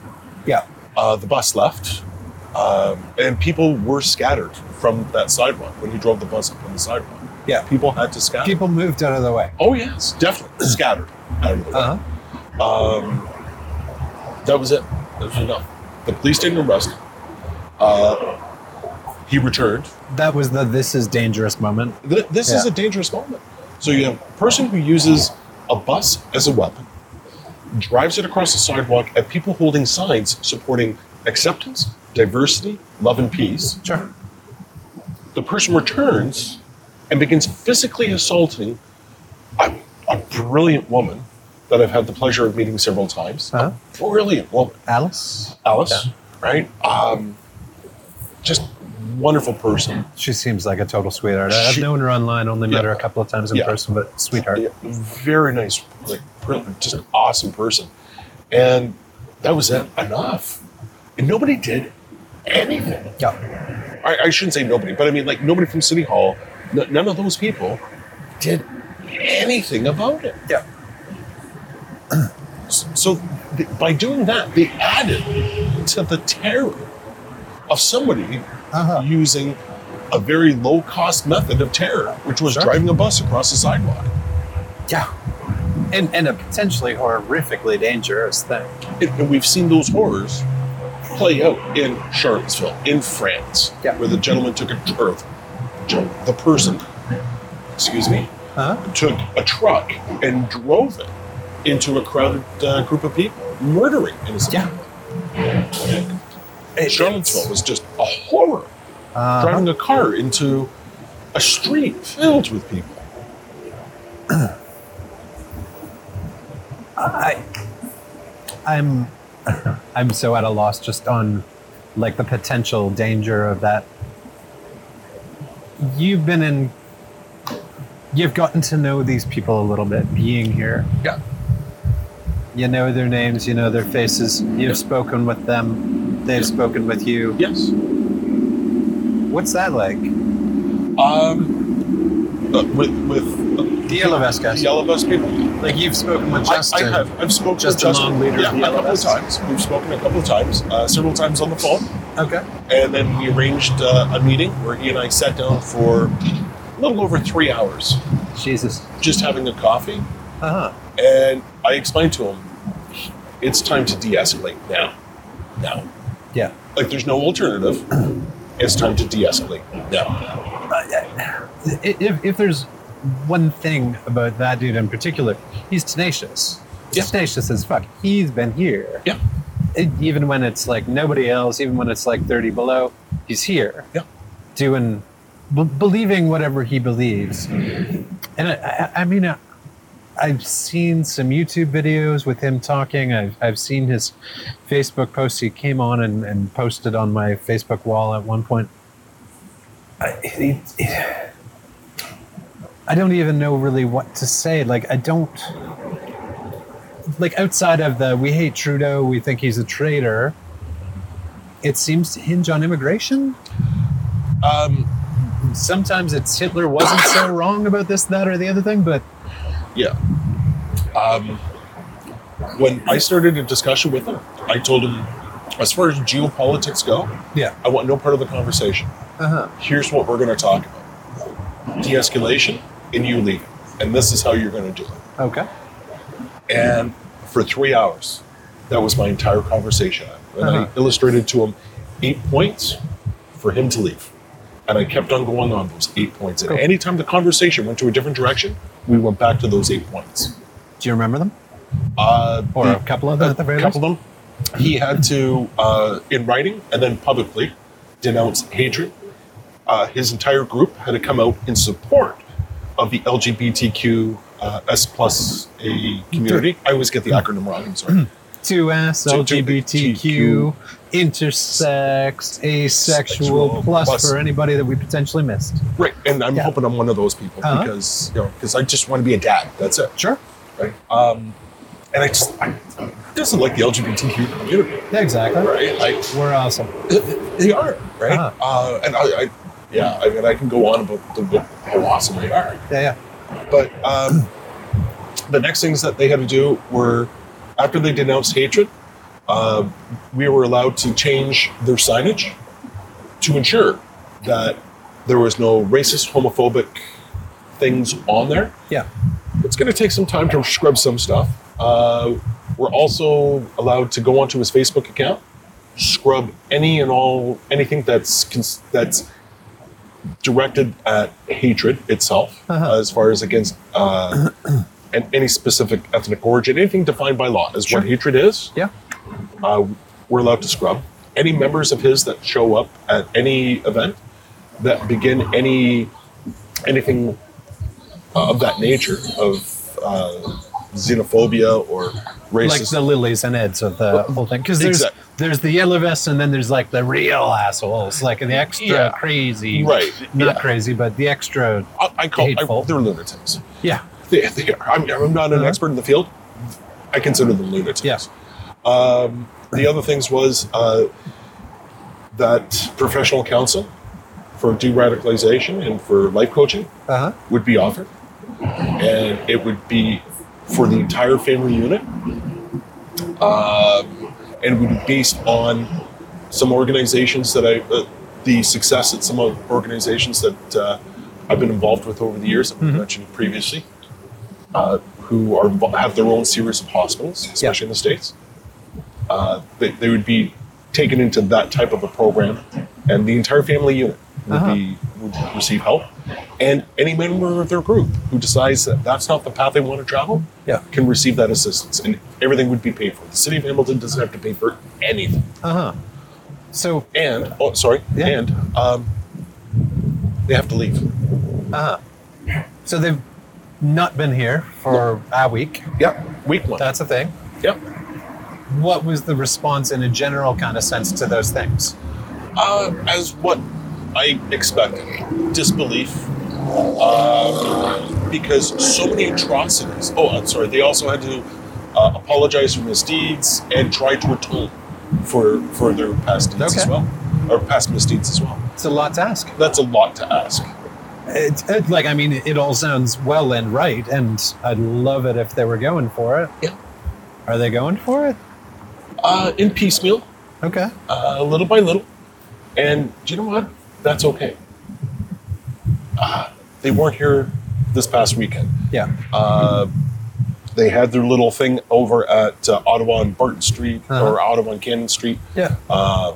yeah Uh, the bus left, um, and people were scattered from that sidewalk when you drove the bus up on the sidewalk. Yeah. people had to scatter. people moved out of the way oh yes, definitely scattered. Out of the way. uh-huh Um, that was it. That was enough. The police didn't arrest him. Uh, he returned. that was the this is dangerous moment Th- this is Yeah. a dangerous moment. So you have a person who uses a bus as a weapon, drives it across the sidewalk at people holding signs supporting acceptance, diversity, love, and peace. sure The person returns and begins physically assaulting a, a brilliant woman that I've had the pleasure of meeting several times. uh-huh Brilliant woman. alice Alice, right? Um, just wonderful person. She seems like a total sweetheart. I've She- known her online, only met Yeah. her a couple of times in Yeah. person, but sweetheart. Yeah, very nice, like really just an awesome person. And that was it. Enough. And nobody did anything. Yeah. I, I shouldn't say nobody, but I mean like nobody from City Hall. N- none of those people did anything about it. Yeah. S- So th- by doing that, they added to the terror of somebody Uh-huh. using a very low cost method of terror, which was Sure. driving a bus across the sidewalk. Yeah. And, and a potentially horrifically dangerous thing. And, and we've seen those horrors play out in Charlottesville, in France, Yeah. where the gentleman took a or gen- the person, excuse me, Huh? took a truck and drove it into a crowded uh, group of people, murdering innocent. Yeah. people. Charlottesville was just a horror. Uh, Driving a car into a street filled with people. I, I'm, I'm so at a loss just on, like, the potential danger of that. You've been in. You've gotten to know these people a little bit, being here. Yeah. You know their names, you know their faces. You've Yeah. spoken with them, they've spoken with you. Yes. What's that like? Um, uh, with with uh, The Yellow Vest the yellow bus people. Like you've spoken with I- Justin. I, have. I've spoken Justin with Justin Longleader, yeah, the a couple of LFS. times. We've spoken a couple of times, uh, several times on the phone, Okay. and then we arranged uh, a meeting where he and I sat down for a little over three hours, Jesus. just having a coffee, Uh huh. and I explained to him, "It's time to de-escalate now, now. Yeah. Like, there's no alternative. It's time to de-escalate now." If, if there's one thing about that dude in particular, he's tenacious. Yeah. Tenacious as fuck. He's been here. Yeah. It, even when it's like nobody else, even when it's like 30 below, he's here. Yeah. Doing, b- believing whatever he believes. And I, I, I mean, I, I've seen some YouTube videos with him talking. I've, I've seen his Facebook posts. He came on and, and posted on my Facebook wall at one point. I, he, I don't even know really what to say. Like, I don't. Like, outside of the we hate Trudeau, we think he's a traitor, it seems to hinge on immigration. Um, Sometimes it's Hitler wasn't so wrong about this, that, or the other thing, but Yeah. Um, when I started a discussion with him, I told him, as far as geopolitics go, yeah. I want no part of the conversation. Uh huh. Uh-huh. Here's what we're going to talk about de escalation and you leaving. And this is how you're going to do it. Okay. And for three hours, that was my entire conversation. And Uh-huh. I illustrated to him eight points for him to leave. And I kept on going on those eight points. And Cool. anytime the conversation went to a different direction, we went back to those eight points. Do you remember them? Uh, Or the- a couple of them at the very a least? couple of them. He had to, uh, in writing and then publicly, denounce hatred. Uh, his entire group had to come out in support of the LGBTQ uh, S plus A community. I always get the acronym wrong. I'm sorry. Mm-hmm. Two ass, Two- two- LGBTQ, intersex, asexual, Sexual, plus, plus. for anybody that we potentially missed. right, and I'm Yeah. hoping I'm one of those people Uh-huh. because you know because I just want to be a dad. That's it. Sure. Right. Um, and I just I, I doesn't like the LGBTQ community. Exactly. Right. Like We're awesome. they are right. Uh-huh. Uh, and I, I, yeah, I mean, I can go on about the, how awesome they are, Yeah, but um, the next things that they had to do were after they denounced hatred, uh, we were allowed to change their signage to ensure that there was no racist, homophobic things on there. yeah. It's going to take some time to scrub some stuff. Uh, we're also allowed to go onto his Facebook account, scrub any and all anything that's cons- that's directed at hatred itself, Uh-huh. as far as against uh, and any specific ethnic origin, anything defined by law is Sure. what hatred is. Yeah. Uh, we're allowed to scrub any members of his that show up at any event that begin any anything uh, of that nature of uh, xenophobia or Like racist. the lilies and eds of the whole thing. Because there's Exact- there's the yellow vests and then there's like the real assholes, like the extra Yeah. crazy. Right, Not yeah. crazy, but the extra. I, I call hateful. I, they're lunatics. Yeah. They, they are. I'm, I'm not an Uh-huh. expert in the field. I consider them lunatics. Yeah. Um, the other things was uh, that professional counsel for de-radicalization and for life coaching Uh huh. would be offered, and it would be for the entire family unit, um, and would be based on some organizations that I, uh, the success at some of organizations that uh, I've been involved with over the years that we Mhm. mentioned previously, uh, who are invo- have their own series of hospitals, especially in the states. Uh, they, they would be taken into that type of a program, and the entire family unit would Uh-huh. be would receive help. And any member of their group who decides that that's not the path they want to travel Yeah. can receive that assistance, and everything would be paid for. The city of Hamilton doesn't have to pay for anything. Uh huh. So, And oh, sorry, Yeah. and um, they have to leave. uh huh. So they've not been here for a week. Yeah, week one. That's a thing. yep. What was the response in a general kind of sense to those things? Uh, as what I expected, disbelief, uh, because so many atrocities. Oh, I'm sorry. They also had to uh, apologize for misdeeds and try to atone for for their past deeds as Okay. well, or past misdeeds as well. It's a lot to ask. That's a lot to ask. It, it, like, I mean, it all sounds well and right, and I'd love it if they were going for it. Yeah. Are they going for it? Uh, in piecemeal, Okay. uh, little by little. And do you know what? That's okay. Uh, they weren't here this past weekend. Yeah. Uh, they had their little thing over at uh, Ottawa and Burton Street Uh-huh. or Ottawa and Cannon Street Yeah. um,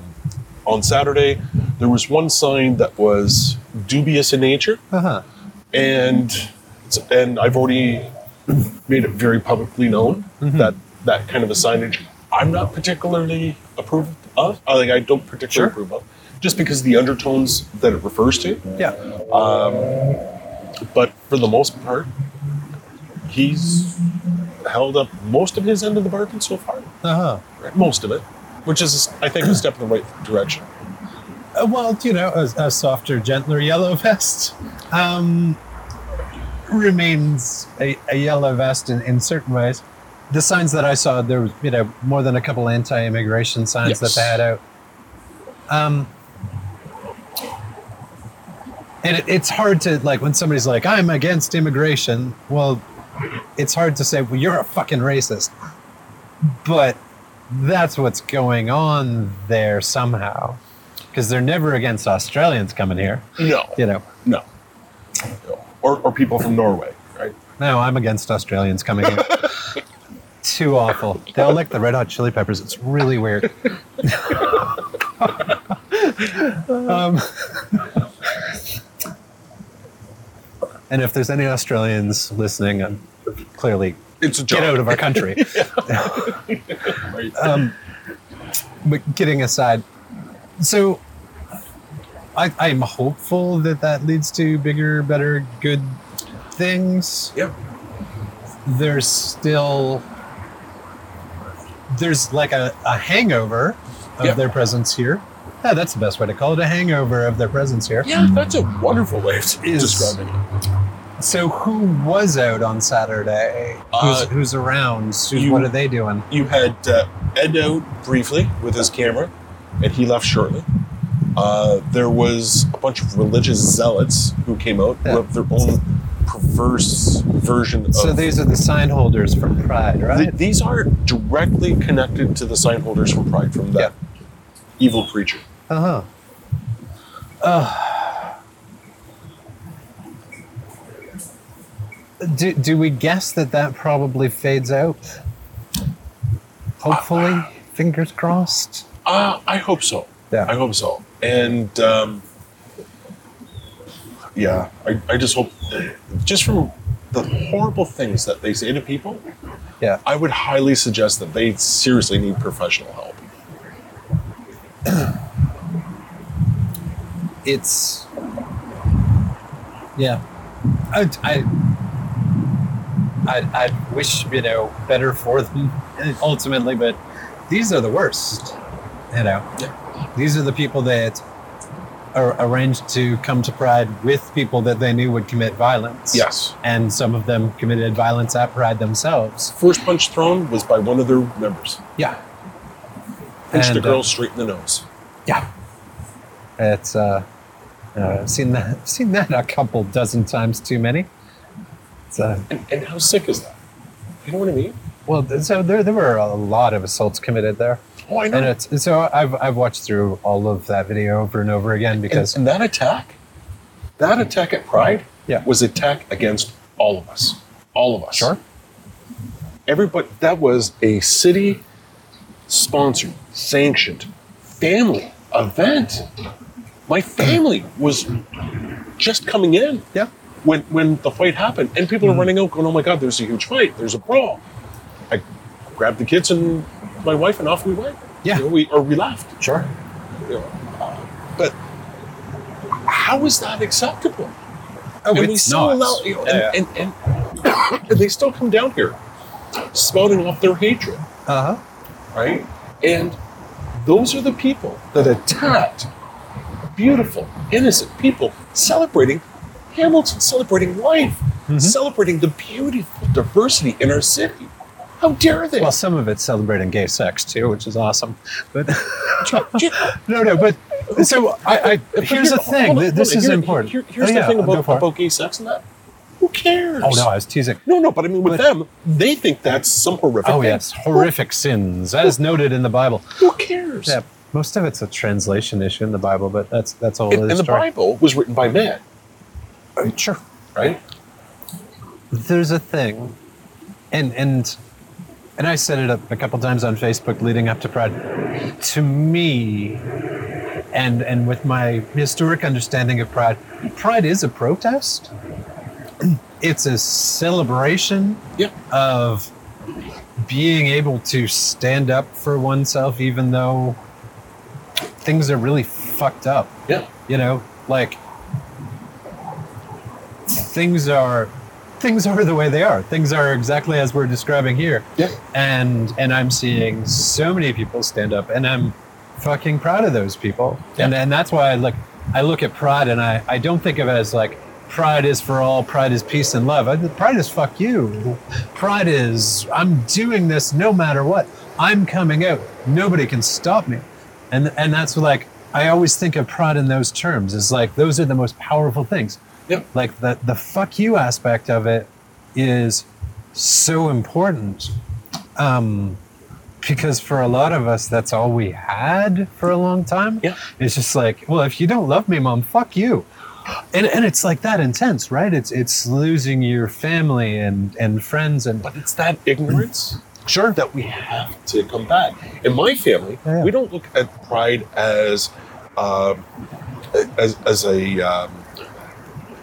on Saturday. There was one sign that was dubious in nature, Uh huh. and and I've already made it very publicly known Mm-hmm. that that kind of a signage I'm not particularly approved of. I like I don't particularly Sure. approve of, just because of the undertones that it refers to. Yeah. But for the most part, he's held up most of his end of the bargain so far. Uh-huh. Right? Most of it, which is I think a step in the right direction. Uh, well, you know, a, a softer, gentler yellow vest um, remains a, a yellow vest in, in certain ways. The signs that I saw, there was you know more than a couple anti-immigration signs Yes. that they had out. Um, and it, it's hard to like when somebody's like, "I'm against immigration." Well, it's hard to say, "Well, you're a fucking racist," but that's what's going on there somehow because they're never against Australians coming here. No, You know, no, no. Or, or people from Norway, right? no, I'm against Australians coming here. Too awful. They'll lick the red hot chili peppers. It's really weird. um, and if there's any Australians listening, i clearly It's a joke. get out of our country. right? um, but kidding aside, so I, I'm hopeful that that leads to bigger, better, good things. Yep. There's still there's like a, a hangover of Yep. their presence here. Yeah, that's the best way to call it a hangover of their presence here. Yeah, that's a wonderful way of Is- describing it. So who was out on Saturday? Uh, who's, who's around? Who's, you- what are they doing? You had uh, Ed out briefly with his camera, and he left shortly. Uh, there was a bunch of religious zealots who came out Yeah. with their own perverse version of. So these are the sign holders from Pride, Th- right? these are directly connected to the sign holders from Pride from that evil creature. Uh-huh. Uh Do, do we guess that that probably fades out? Hopefully, fingers crossed. Uh, I hope so. Yeah. I hope so. And um, yeah, I, I just hope, just from the horrible things that they say to people, Yeah. I would highly suggest that they seriously need professional help. It's yeah. I I I, I wish you know better for them ultimately, but these are the worst. You know. These are the people that are arranged to come to Pride with people that they knew would commit violence. Yes. And some of them committed violence at Pride themselves. First punch thrown was by one of their members. Yeah. Punched And, a uh, girl straight in the nose. Yeah. It's uh, uh I've seen that I've seen that a couple dozen times too many. It's uh, And, and how sick is that? You know what I mean? well th- so there there were a lot of assaults committed there. Oh, I know. And it's so I've I've watched through all of that video over and over again And, because and that attack, that attack at Pride, Yeah. was attack against all of us, all of us. Sure. Everybody. That was a city sponsored, sanctioned, family event. My family was just coming in yeah. Mm-hmm. when when the fight happened, and people are running out, going, "Oh my God! There's a huge fight! There's a brawl!" I grabbed the kids and my wife, and off we went. Yeah. You know, we or we left Sure. you know, uh, but how is that acceptable? Oh, and we it's still not. allow, you know, Yeah. and, and, and, and they still come down here, spouting off their hatred, Uh-huh. right? And those are the people that attacked beautiful, innocent people celebrating Hamilton, celebrating life, Mm-hmm. celebrating the beautiful diversity in our city. How dare they? Well, some of it's celebrating gay sex too, which is awesome. But no, no, but so I, I But here's the here- thing. hold on, th- hold This on, is here- important. here- here's Oh, the yeah, thing go about, for it. about gay sex and that. Who cares? Oh no, I was teasing. No, no, but I mean, with But- them, they think that's some horrific Oh thing. yes, horrific sins, as noted in the Bible. Who cares? Yeah, most of it's a translation issue in the Bible, but that's that's all. And, and the Bible was written by man, sure. right? there's a thing, and and and I set it up a couple times on Facebook leading up to Pride. To me, and and with my historic understanding of Pride, Pride is a protest. it's a celebration Yeah. of being able to stand up for oneself even though things are really fucked up Yeah. you know like things are things are the way they are things are exactly as we're describing here Yeah. and and i'm seeing so many people stand up and i'm fucking proud of those people and and that's why i look i look at pride and i i don't think of it as like pride is for all pride is peace and love I, pride is fuck you pride is i'm doing this no matter what i'm coming out nobody can stop me and and that's like i always think of pride in those terms is like those are the most powerful things Yeah. like the the fuck you aspect of it is so important um because for a lot of us that's all we had for a long time Yeah. it's just like well if you don't love me mom fuck you and and it's like that intense right it's it's losing your family and and friends and But it's that ignorance sure that we have to combat. In my family, Yeah. we don't look at pride as um, as, as a um,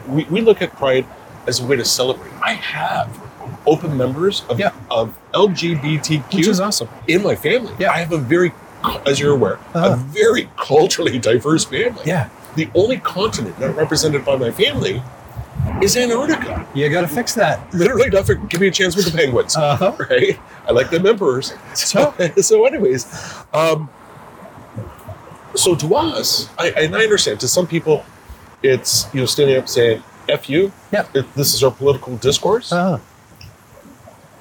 we, we look at pride as a way to celebrate. I have open members of, Yeah. of LGBTQ which is awesome in my family. Yeah. I have a very, as you're aware, Uh-huh. a very culturally diverse family. yeah The only continent not represented by my family is Antarctica. you gotta fix that Literally nothing. Give me a chance with the penguins, uh-huh. right? I like them emperors. So, so anyways, um, so to us, I, and I understand to some people, it's you know standing up saying "f you." Yeah. It- this is our political discourse. uh-huh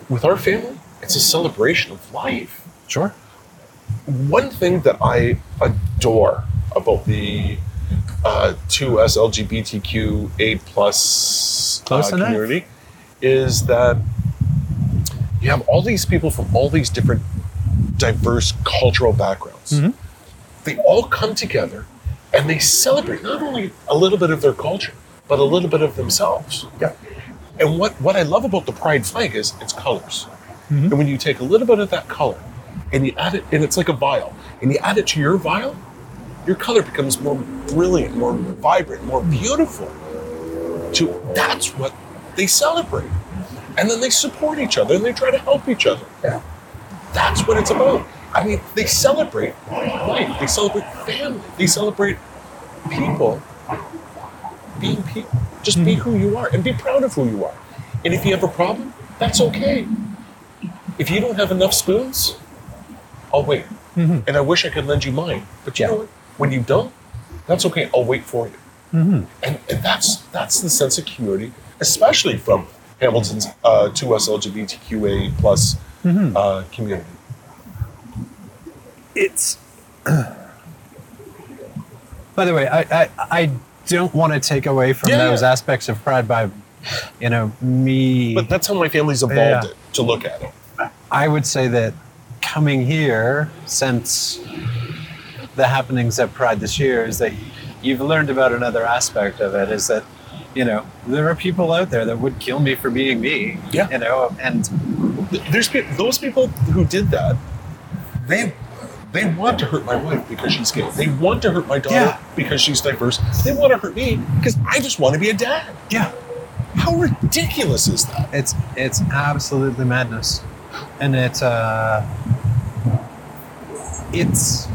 With our family, it's a celebration of life. sure one thing that I adore about the uh, 2S LGBTQA plus uh, Close enough. community is that you have all these people from all these different diverse cultural backgrounds. Mhm. They all come together and they celebrate not only a little bit of their culture, but a little bit of themselves. yeah And what, what I love about the pride flag is its colors. And when you take a little bit of that color and you add it, and it's like a vial, and you add it to your vial, your color becomes more brilliant, more vibrant, more beautiful. To that's what they celebrate. And then they support each other and they try to help each other. Yeah. That's what it's about. I mean, they celebrate life, they celebrate family, they celebrate people being people. Just be who you are and be proud of who you are. And if you have a problem, that's okay. If you don't have enough spoons, I'll wait. Mhm. And I wish I could lend you mine. But you Yeah. know what? When you don't, that's okay. I'll wait for you. mm-hmm. And, and that's that's the sense of community, especially from Hamilton's uh, 2S LGBTQA plus Mhm. uh, community. it's by the way i i, I don't want to take away from Yeah, those yeah. aspects of pride by you know me But that's how my family's evolved Yeah. it to look at it. i would say that coming here since the happenings at pride this year is that you've learned about another aspect of it is that you know there are people out there that would kill me for being me Yeah. you know and Th- There's pe- those people who did that. They they want to hurt my wife because she's gay. They want to hurt my daughter Yeah. because she's diverse. They want to hurt me because I just want to be a dad. yeah How ridiculous is that? It's it's absolutely madness, and it uh, it's.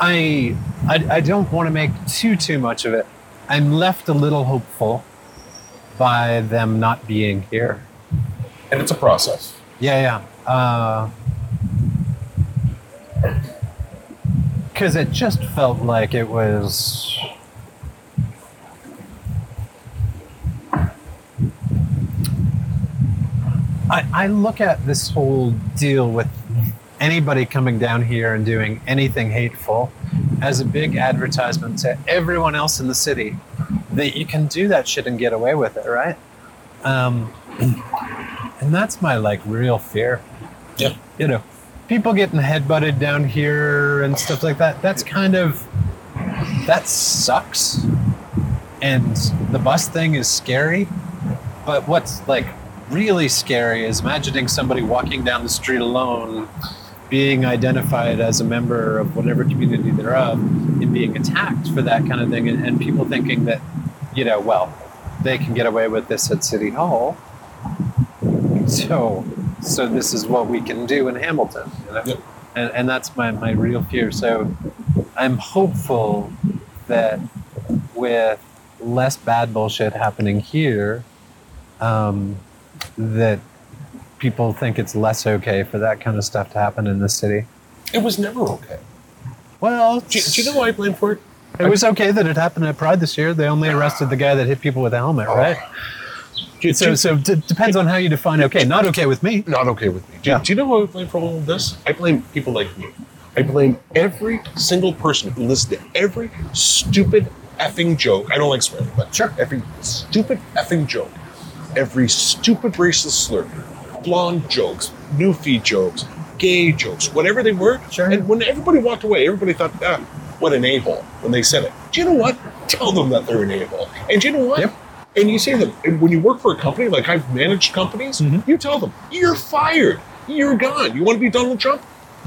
I, I I don't want to make too too much of it. I'm left a little hopeful by them not being here. And it's a process. Yeah, Uh, yeah. Because it just felt like it was. I, I look at this whole deal with anybody coming down here and doing anything hateful as a big advertisement to everyone else in the city that you can do that shit and get away with it, right? Um, and that's my like real fear. Yeah. You know, people getting headbutted down here and stuff like that. That's kind of that sucks. And the bus thing is scary. But what's like really scary is imagining somebody walking down the street alone being identified as a member of whatever community they're of and being attacked for that kind of thing, and, and people thinking that, you know, well, they can get away with this at City Hall. So, so this is what we can do in Hamilton, you know? Yep. and, and that's my, my real fear. So, I'm hopeful that with less bad bullshit happening here, um, that people think it's less okay for that kind of stuff to happen in the city. It was never okay. Well, Do you, do you know why I blame for it? it was okay that it happened at Pride this year. They only arrested the guy that hit people with a helmet, Oh. right? Do you- do So, you- so d- depends on how you define okay. Not okay with me. not okay with me. Do, Yeah. do you know who I blame for all of this? I blame people like you. I blame every single person who listened to every stupid effing joke. I don't like swearing, but sure, every stupid effing joke, every stupid racist slur, blonde jokes, newfie jokes, gay jokes, whatever they were. Sure. And when everybody walked away, everybody thought, ah, what an a-hole when they said it. Do you know what? Tell them that they're an a-hole. And do you know what? Yep. And you say them, and when you work for a company, like I've managed companies, Mm-hmm. you tell them, you're fired. You're gone. You want to be Donald Trump?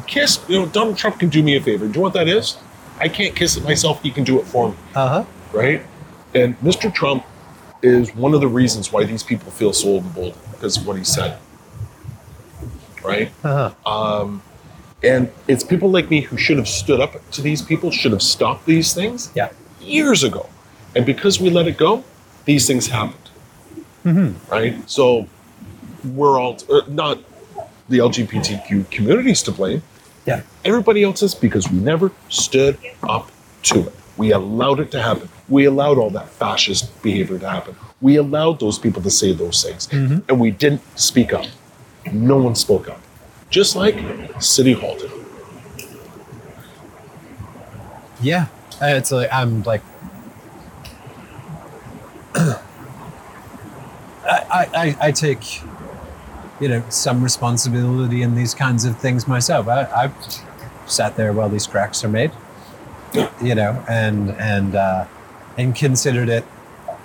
Kiss. You know, Donald Trump can do me a favor. Do you know what that is? I can't kiss it myself. He can do it for me Uh huh. right? And Mr. Trump is one of the reasons why these people feel so emboldened because of what he said, right? Um, Uh huh. And it's people like me who should have stood up to these people, should have stopped these things Yeah. years ago. And because we let it go, these things happened, right? So we're all, uh, not the LGBTQ communities to blame, Yeah. everybody else's because we never stood up to it. We allowed it to happen. We allowed all that fascist behavior to happen. We allowed those people to say those things. And we didn't speak up. No one spoke up. Just like City Hall did. Yeah. Uh, It's like I'm like I, I, I- I take you know some responsibility in these kinds of things myself. I, I've sat there while these cracks are made, you know, and and uh, and considered it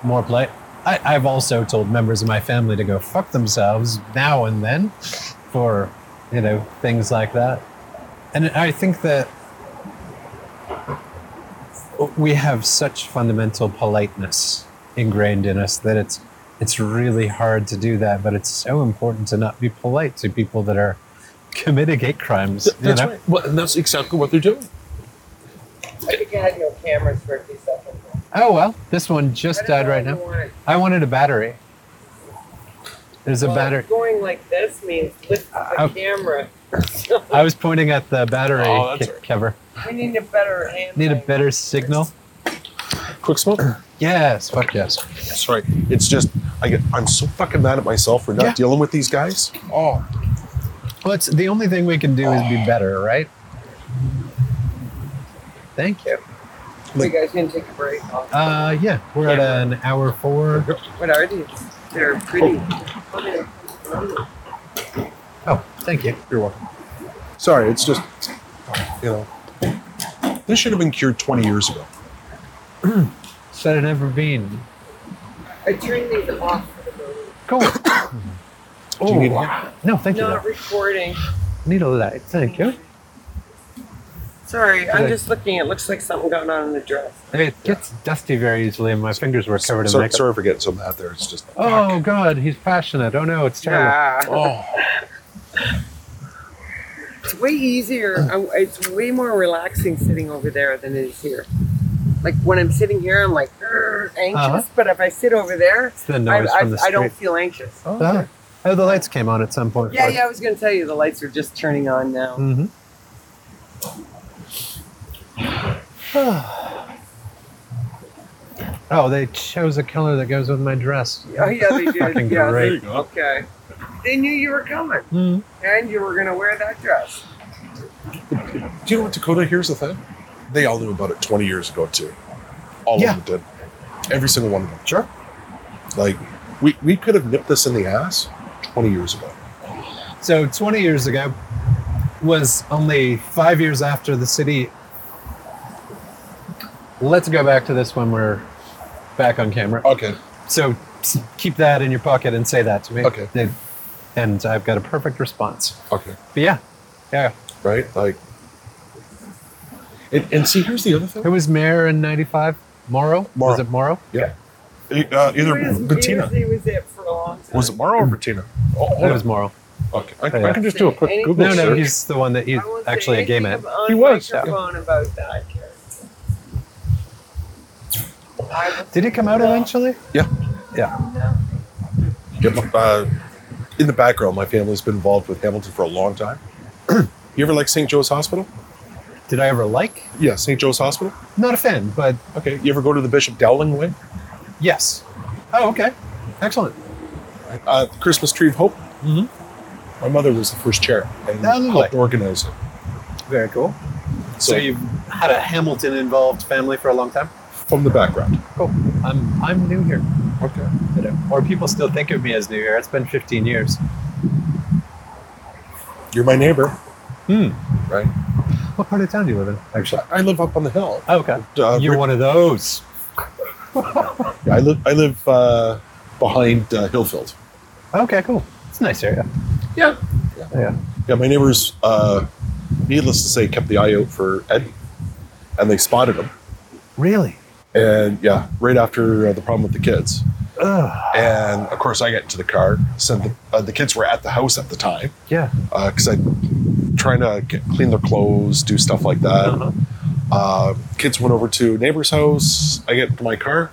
more polite. I, I've also told members of my family to go fuck themselves now and then for you know things like that, and I think that we have such fundamental politeness ingrained in us that it's it's really hard to do that, but it's so important to not be polite to people that are committing hate crimes. you That's know? right. Well, and that's exactly what they're doing. I think I had no cameras for a few seconds. Oh well, this one just I died don't know right if I now. wanted- I wanted a battery. There's a well, battery. Going like this means lift Uh, the camera. I was pointing at the battery Oh, that's ca- right. cover. We need a better hand. Need a thing. better signal? Quick smoke. Yes, fuck yes. That's right. It's just, I get, I'm so fucking mad at myself for not Yeah. dealing with these guys. Oh, Well, it's the only thing we can do is be better, right? Thank you. So you guys can take a break. Uh, yeah, we're at an hour four. what are these? They're pretty. Oh, thank you. You're welcome. sorry. It's just, you know, this should have been cured 20 years ago. Should have never been. I turned these off for the moment. Cool. Oh, Do you need one? No, thank you. Not though. recording. Need a light. Thank you. Sorry, I'm Okay. just looking. It looks like something going on in the dress. It gets dusty very easily, and my fingers were covered in sorry, makeup. sorry for getting so mad there. It's just, Oh God, he's passionate. Oh no, it's terrible. Oh. Ah, oh. it's way easier. I, it's way more relaxing sitting over there than it is here. Like when I'm sitting here, I'm like "Grr," anxious, Uh-huh. but if I sit over there, It's the I, noise I, from the street. I don't feel anxious. Oh, oh, the lights came on at some point. Yeah, yeah, I was going to tell you the lights are just turning on now. Mm-hmm. oh, they chose a color that goes with my dress. Oh, yeah, they did. Fucking yeah, they- great. go. okay. They knew you were coming Mm. and you were going to wear that dress. Do you know what Dakota? Here's the thing. They all knew about it 20 years ago, too. All Yeah. of them did. Every single one of them. Sure. Like, we, we could have nipped this in the ass 20 years ago. So 20 years ago was only five years after the city. Let's go back to this when we're back on camera. Okay. So s- keep that in your pocket and say that to me. Okay. They- And I've got a perfect response. Okay. But yeah, yeah. right? Like, and, and see, here's the other thing. Who was mayor in '95? Morrow? Morrow. Was it Morrow? Yeah. Uh, either He was- he was- Bettina. He was it for a long time. Was it Morrow or Bettina? Oh, hold It on. was Morrow. Okay. I, Yeah. I can just do a quick Anything- Google No, no, search. he's the one that he's I won't say actually a gay anything man. ab- on He was, yeah. Microphone about that character. I was- Did it come out eventually? Yeah. Yeah. Yeah, my- uh, in the background, my family's been involved with Hamilton for a long time. you ever like St. Joe's Hospital? Did I ever like? Yeah, St. Joe's Hospital. Not a fan, but Okay. You ever go to the Bishop Dowling Wing? yes. Oh, okay. Excellent. Uh, the Christmas Tree of Hope? Mm-hmm. My mother was the first chair and Oh, lovely. helped organize it. Very cool. So, So, you've had a Hamilton involved family for a long time? from the background. Cool. I'm I'm new here. Okay. you know, Or people still think of me as new here. It's been 15 years. You're my neighbor, Hmm. right? What part of town do you live in? Actually. I live up on the hill. Oh, okay. Uh, You're Rick- one of those. I live. I live uh, behind uh, Hillfield. Okay, cool. It's a nice area. Yeah. Yeah. Yeah. My neighbors, uh, needless to say, kept the eye out for Eddie, and they spotted him. Really? And yeah, right after uh, the problem with the kids. Ugh. And of course, I got into the car. Sent the, uh, the kids were at the house at the time Yeah. because I trying to get, clean their clothes, do stuff like that. Uh-huh. Uh, kids went over to neighbor's house. I get into my car.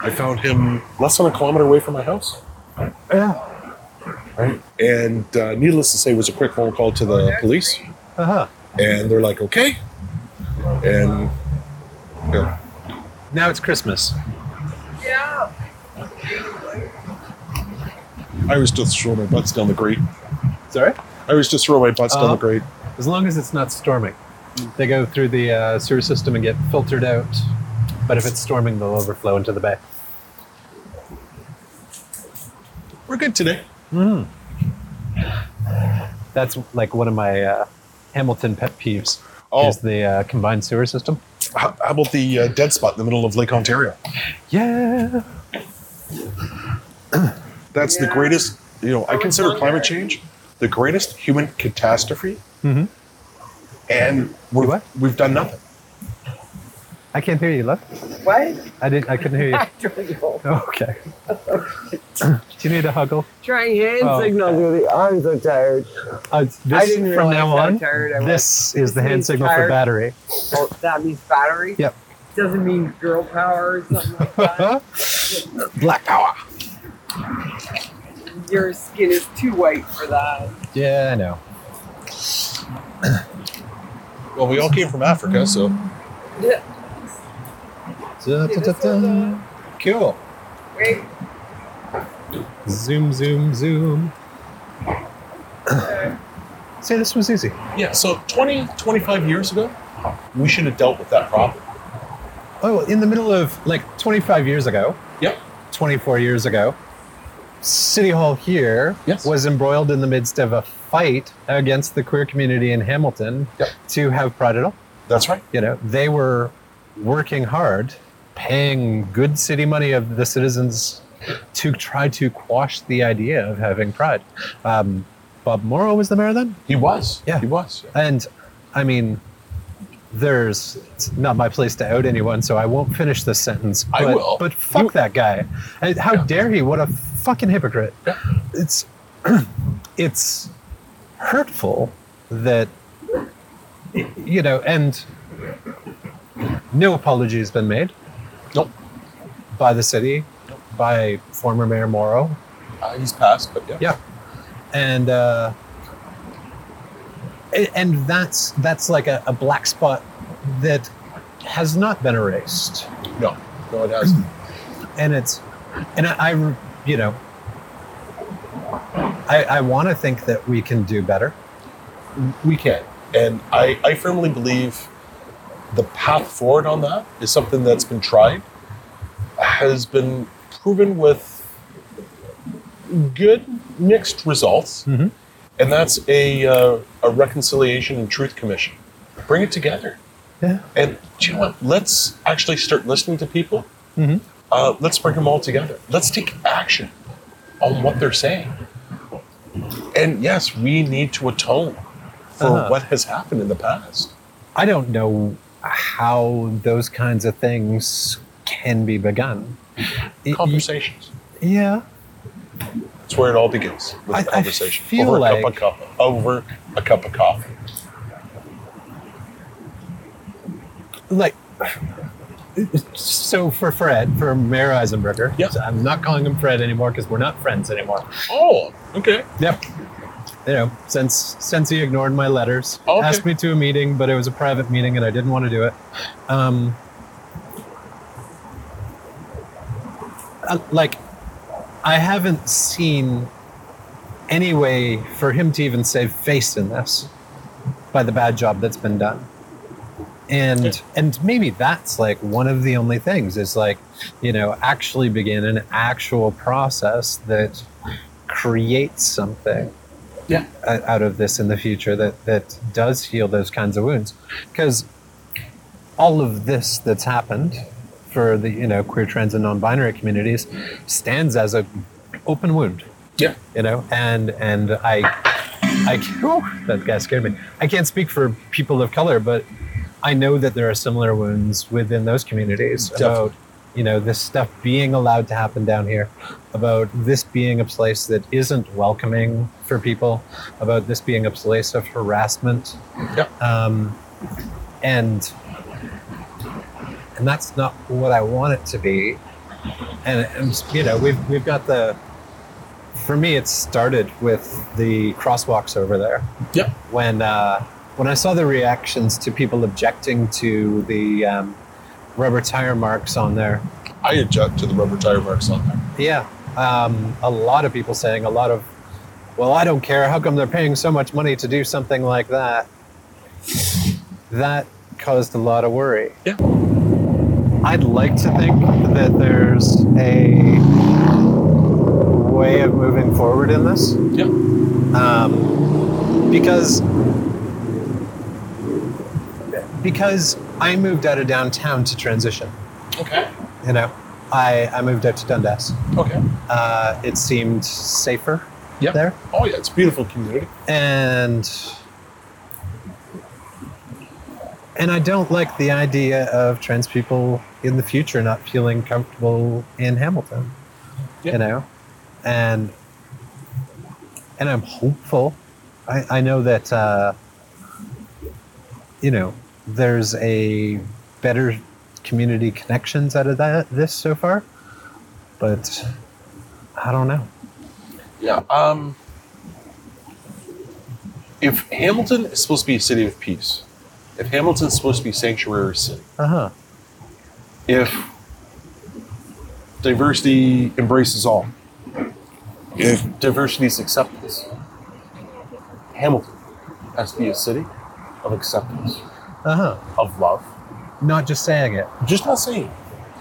I found him less than a kilometer away from my house. Yeah. Right. And uh, needless to say, it was a quick phone call to the police, Uh huh. and they're like, "Okay," and yeah, Now it's Christmas. Yeah. I was just throwing my butts down the grate. Sorry? I was just throwing my butts down Uh-huh. the grate. As long as it's not storming. They go through the uh, sewer system and get filtered out. But if it's storming, they'll overflow into the bay. We're good today. Mm. That's like one of my uh, Hamilton pet peeves. Oh. Is the uh, combined sewer system? How, how about the uh, dead spot in the middle of Lake Ontario? Yeah. That's the Yeah. greatest. You know, I was consider wondering. climate change the greatest human catastrophe, Mm-hmm. and we're, You what? we've done nothing. I can't hear you, love. What? I didn't. I couldn't hear you. Oh, I don't know. Okay. Do you need a huggle? Trying hand Oh. signals with the. I'm so tired. Uh, this, I didn't from realize now how on, tired I was. this is the This hand is signal for tired. battery. Oh, that means battery. Yep. Doesn't mean girl power or something like that. Black power. Your skin is too white for that. Yeah, I know. Well, we all came from Africa, so Yeah. Da, da, da, da. Cool. Wait. Zoom, zoom, zoom. uh, See, this was easy. yeah. So 20, 25 years ago, we should have dealt with that problem. Oh, in the middle of like 25 years ago, Yep. 24 years ago, City Hall here Yes. was embroiled in the midst of a fight against the queer community in Hamilton Yep. to have Pride at all. That's right. You know, they were working hard, paying good city money of the citizens to try to quash the idea of having Pride. Um, Bob Morrow was the mayor then? He was. Yeah. He was. yeah. And I mean, there's it's not my place to out anyone, so I won't finish this sentence. I But, will. But fuck You- that guy. And how Yeah. dare he? What a fucking hypocrite. Yeah. It's it's hurtful that you know, and no apology has been made Nope. by the city, by former Mayor Morrow, Uh, he's passed, but yeah. yeah and uh a- and that's that's like a, a black spot that has not been erased No, no, it hasn't. and it's and i, I you know i i want to think that we can do better we can. And I, I firmly believe the path forward on that is something that's been tried, has been proven with good mixed results, Mhm. and that's a uh, a reconciliation and truth commission. Bring it together, yeah and do you know what? Let's actually start listening to people. Mhm. Uh, let's bring them all together. Let's take action on what they're saying. And yes, we need to atone for Uh-huh. what has happened in the past. I don't know how those kinds of things can be begun. Y- y- Conversations. Yeah. That's where it all begins with I- a I conversation feel over a like- cup of coffee. Over a cup of coffee. Like, so for Fred, for Mayor Eisenberger, Yeah. I'm not calling him Fred anymore because we're not friends anymore. Oh, okay. Yep. You know, since since he ignored my letters, Okay. asked me to a meeting, but it was a private meeting and I didn't want to do it. Um, uh, like, I haven't seen any way for him to even save face in this by the bad job that's been done. And Okay. and maybe that's like one of the only things is like, you know, actually begin an actual process that creates something Yeah. o- out of this in the future that that does heal those kinds of wounds because all of this that's happened for the you know queer trans and non-binary communities stands as a open wound Yeah. you know and and i i oh, that guy scared me i can't speak for people of color but i know that there are similar wounds within those communities Definitely. about you know this stuff being allowed to happen down here about this being a place that isn't welcoming for people about this being a place of harassment Yeah. um, and and that's not what I want it to be. And, and you know, we've we've got the. For me, it started with the crosswalks over there. Yeah. When uh, when I saw the reactions to people objecting to the um, rubber tire marks on there, I object to the rubber tire marks on there. yeah, um, a lot of people saying a lot of, well, I don't care. How come they're paying so much money to do something like that? That caused a lot of worry. Yeah. I'd like to think that there's a way of moving forward in this Yeah. um, because because I moved out of downtown to transition. Okay. You know, I I moved out to Dundas Okay. uh, it seemed safer Yeah. there. Oh yeah, it's a beautiful community. And and I don't like the idea of trans people in the future not feeling comfortable in Hamilton. Yeah. You know? And and I'm hopeful. I, I know that uh, you know, there's a better community connections out of that this so far. But I don't know. Yeah. Um, if Hamilton is supposed to be a city of peace, if Hamilton's supposed to be a sanctuary city, Uh-huh. if diversity embraces all, if diversity is acceptance, Hamilton has to be a city of acceptance, Uh-huh. of love. Not just saying it. Just not saying,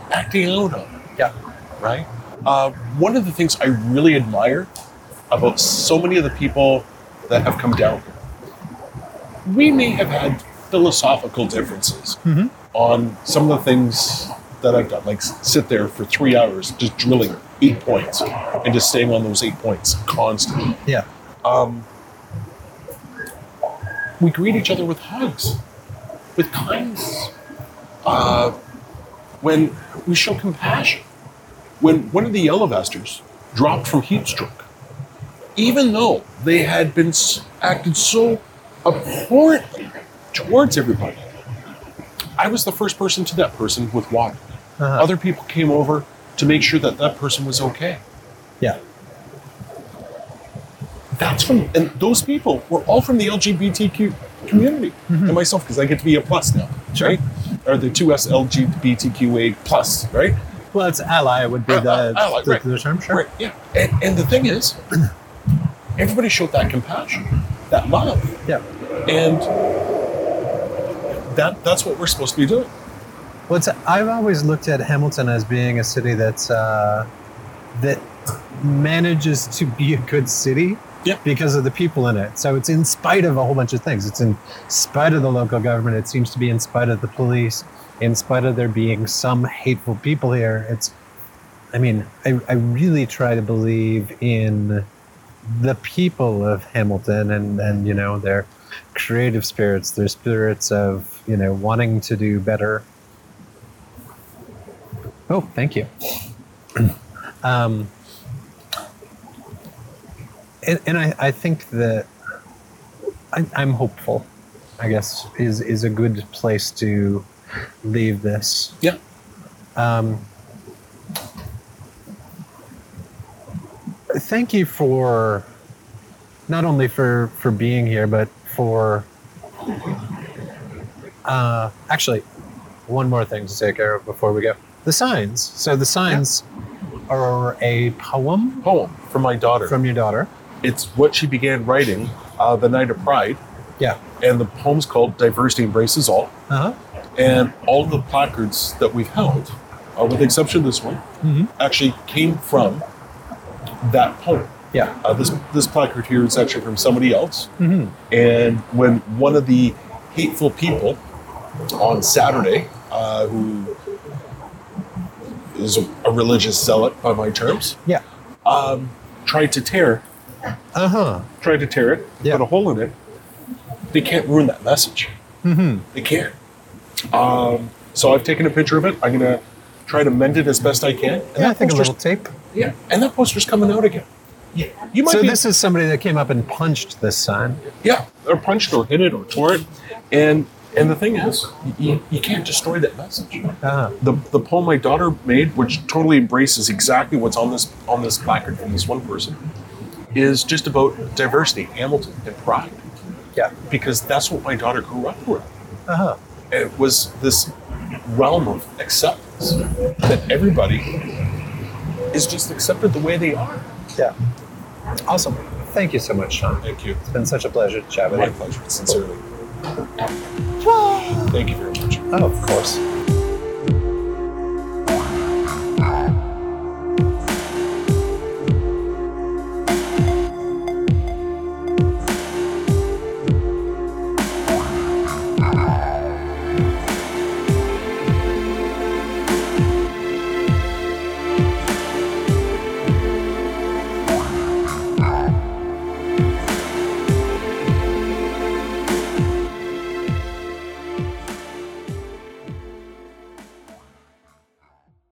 acting out on it. Yeah. right? Uh, one of the things I really admire about so many of the people that have come down here, we may have had philosophical differences Mhm. on some of the things that I've done, like s- sit there for three hours just drilling eight points and just staying on those eight points constantly. Yeah. Um, we greet each other with hugs, with kindness. Uh, when we show compassion, when one of the yellow vesters dropped from heat stroke, even though they had been s- acted so abhorrently towards everybody, I was the first person to that person with water. Uh-huh. Other people came over to make sure that that person was okay. Yeah. That's from, and those people were all from the LGBTQ community, and myself because I get to be a plus now, Mm-hmm. Sure. right? Or the two S LGBTQA plus, right? Well, it's ally would be Uh, the, uh, ally, the, right. the term, sure. Right. Yeah. And, and the thing is, everybody showed that compassion, that love, Yeah. and that that's what we're supposed to be doing. Well, it's, I've always looked at Hamilton as being a city that's uh, that manages to be a good city Yeah. because of the people in it. So it's in spite of a whole bunch of things. It's in spite of the local government. It seems to be in spite of the police. In spite of there being some hateful people here. It's, I mean, I, I really try to believe in the people of Hamilton and and you know their creative spirits. They're spirits of you know wanting to do better. Oh, thank you. um, and, and I, I think that I, I'm hopeful. I guess is is a good place to leave this. Yeah. Um, thank you for not only for for being here, but for uh, actually one more thing to take care of before we go. The signs. So the signs are a poem Poem from my daughter. from your daughter. it's what she began writing uh, the night of Pride, Yeah. and the poem's called "Diversity Embraces All." Uh huh. And all of the placards that we've held, uh, with the exception of this one, Mhm. actually came from that poem. Yeah. Uh, this this placard here is actually from somebody else. Mm-hmm. And when one of the hateful people on Saturday, uh, who is a, a religious zealot by my terms, Yeah. um, tried to tear Uh huh. tried to tear it, Yeah. put a hole in it, they can't ruin that message. Mm-hmm. They can't. Um, so I've taken a picture of it. I'm gonna try to mend it as best I can. And Yeah, I that think a poster's- little tape. Yeah, and that poster's coming out again. Yeah, you might So be, this is somebody that came up and punched this sign. yeah, or punched or hit it or tore it, and and the thing is, y- you, you can't destroy that message. Uh-huh. The the poem my daughter made, which totally embraces exactly what's on this on this placard from this one person, is just about diversity, Hamilton, and pride. Yeah. because that's what my daughter grew up with. Uh huh. It was this realm of acceptance that everybody is just accepted the way they are. Yeah. Awesome. Thank you so much, Sean. Thank you. It's been such a pleasure to chat with My you. pleasure, sincerely. Thank you very much. Oh, of course.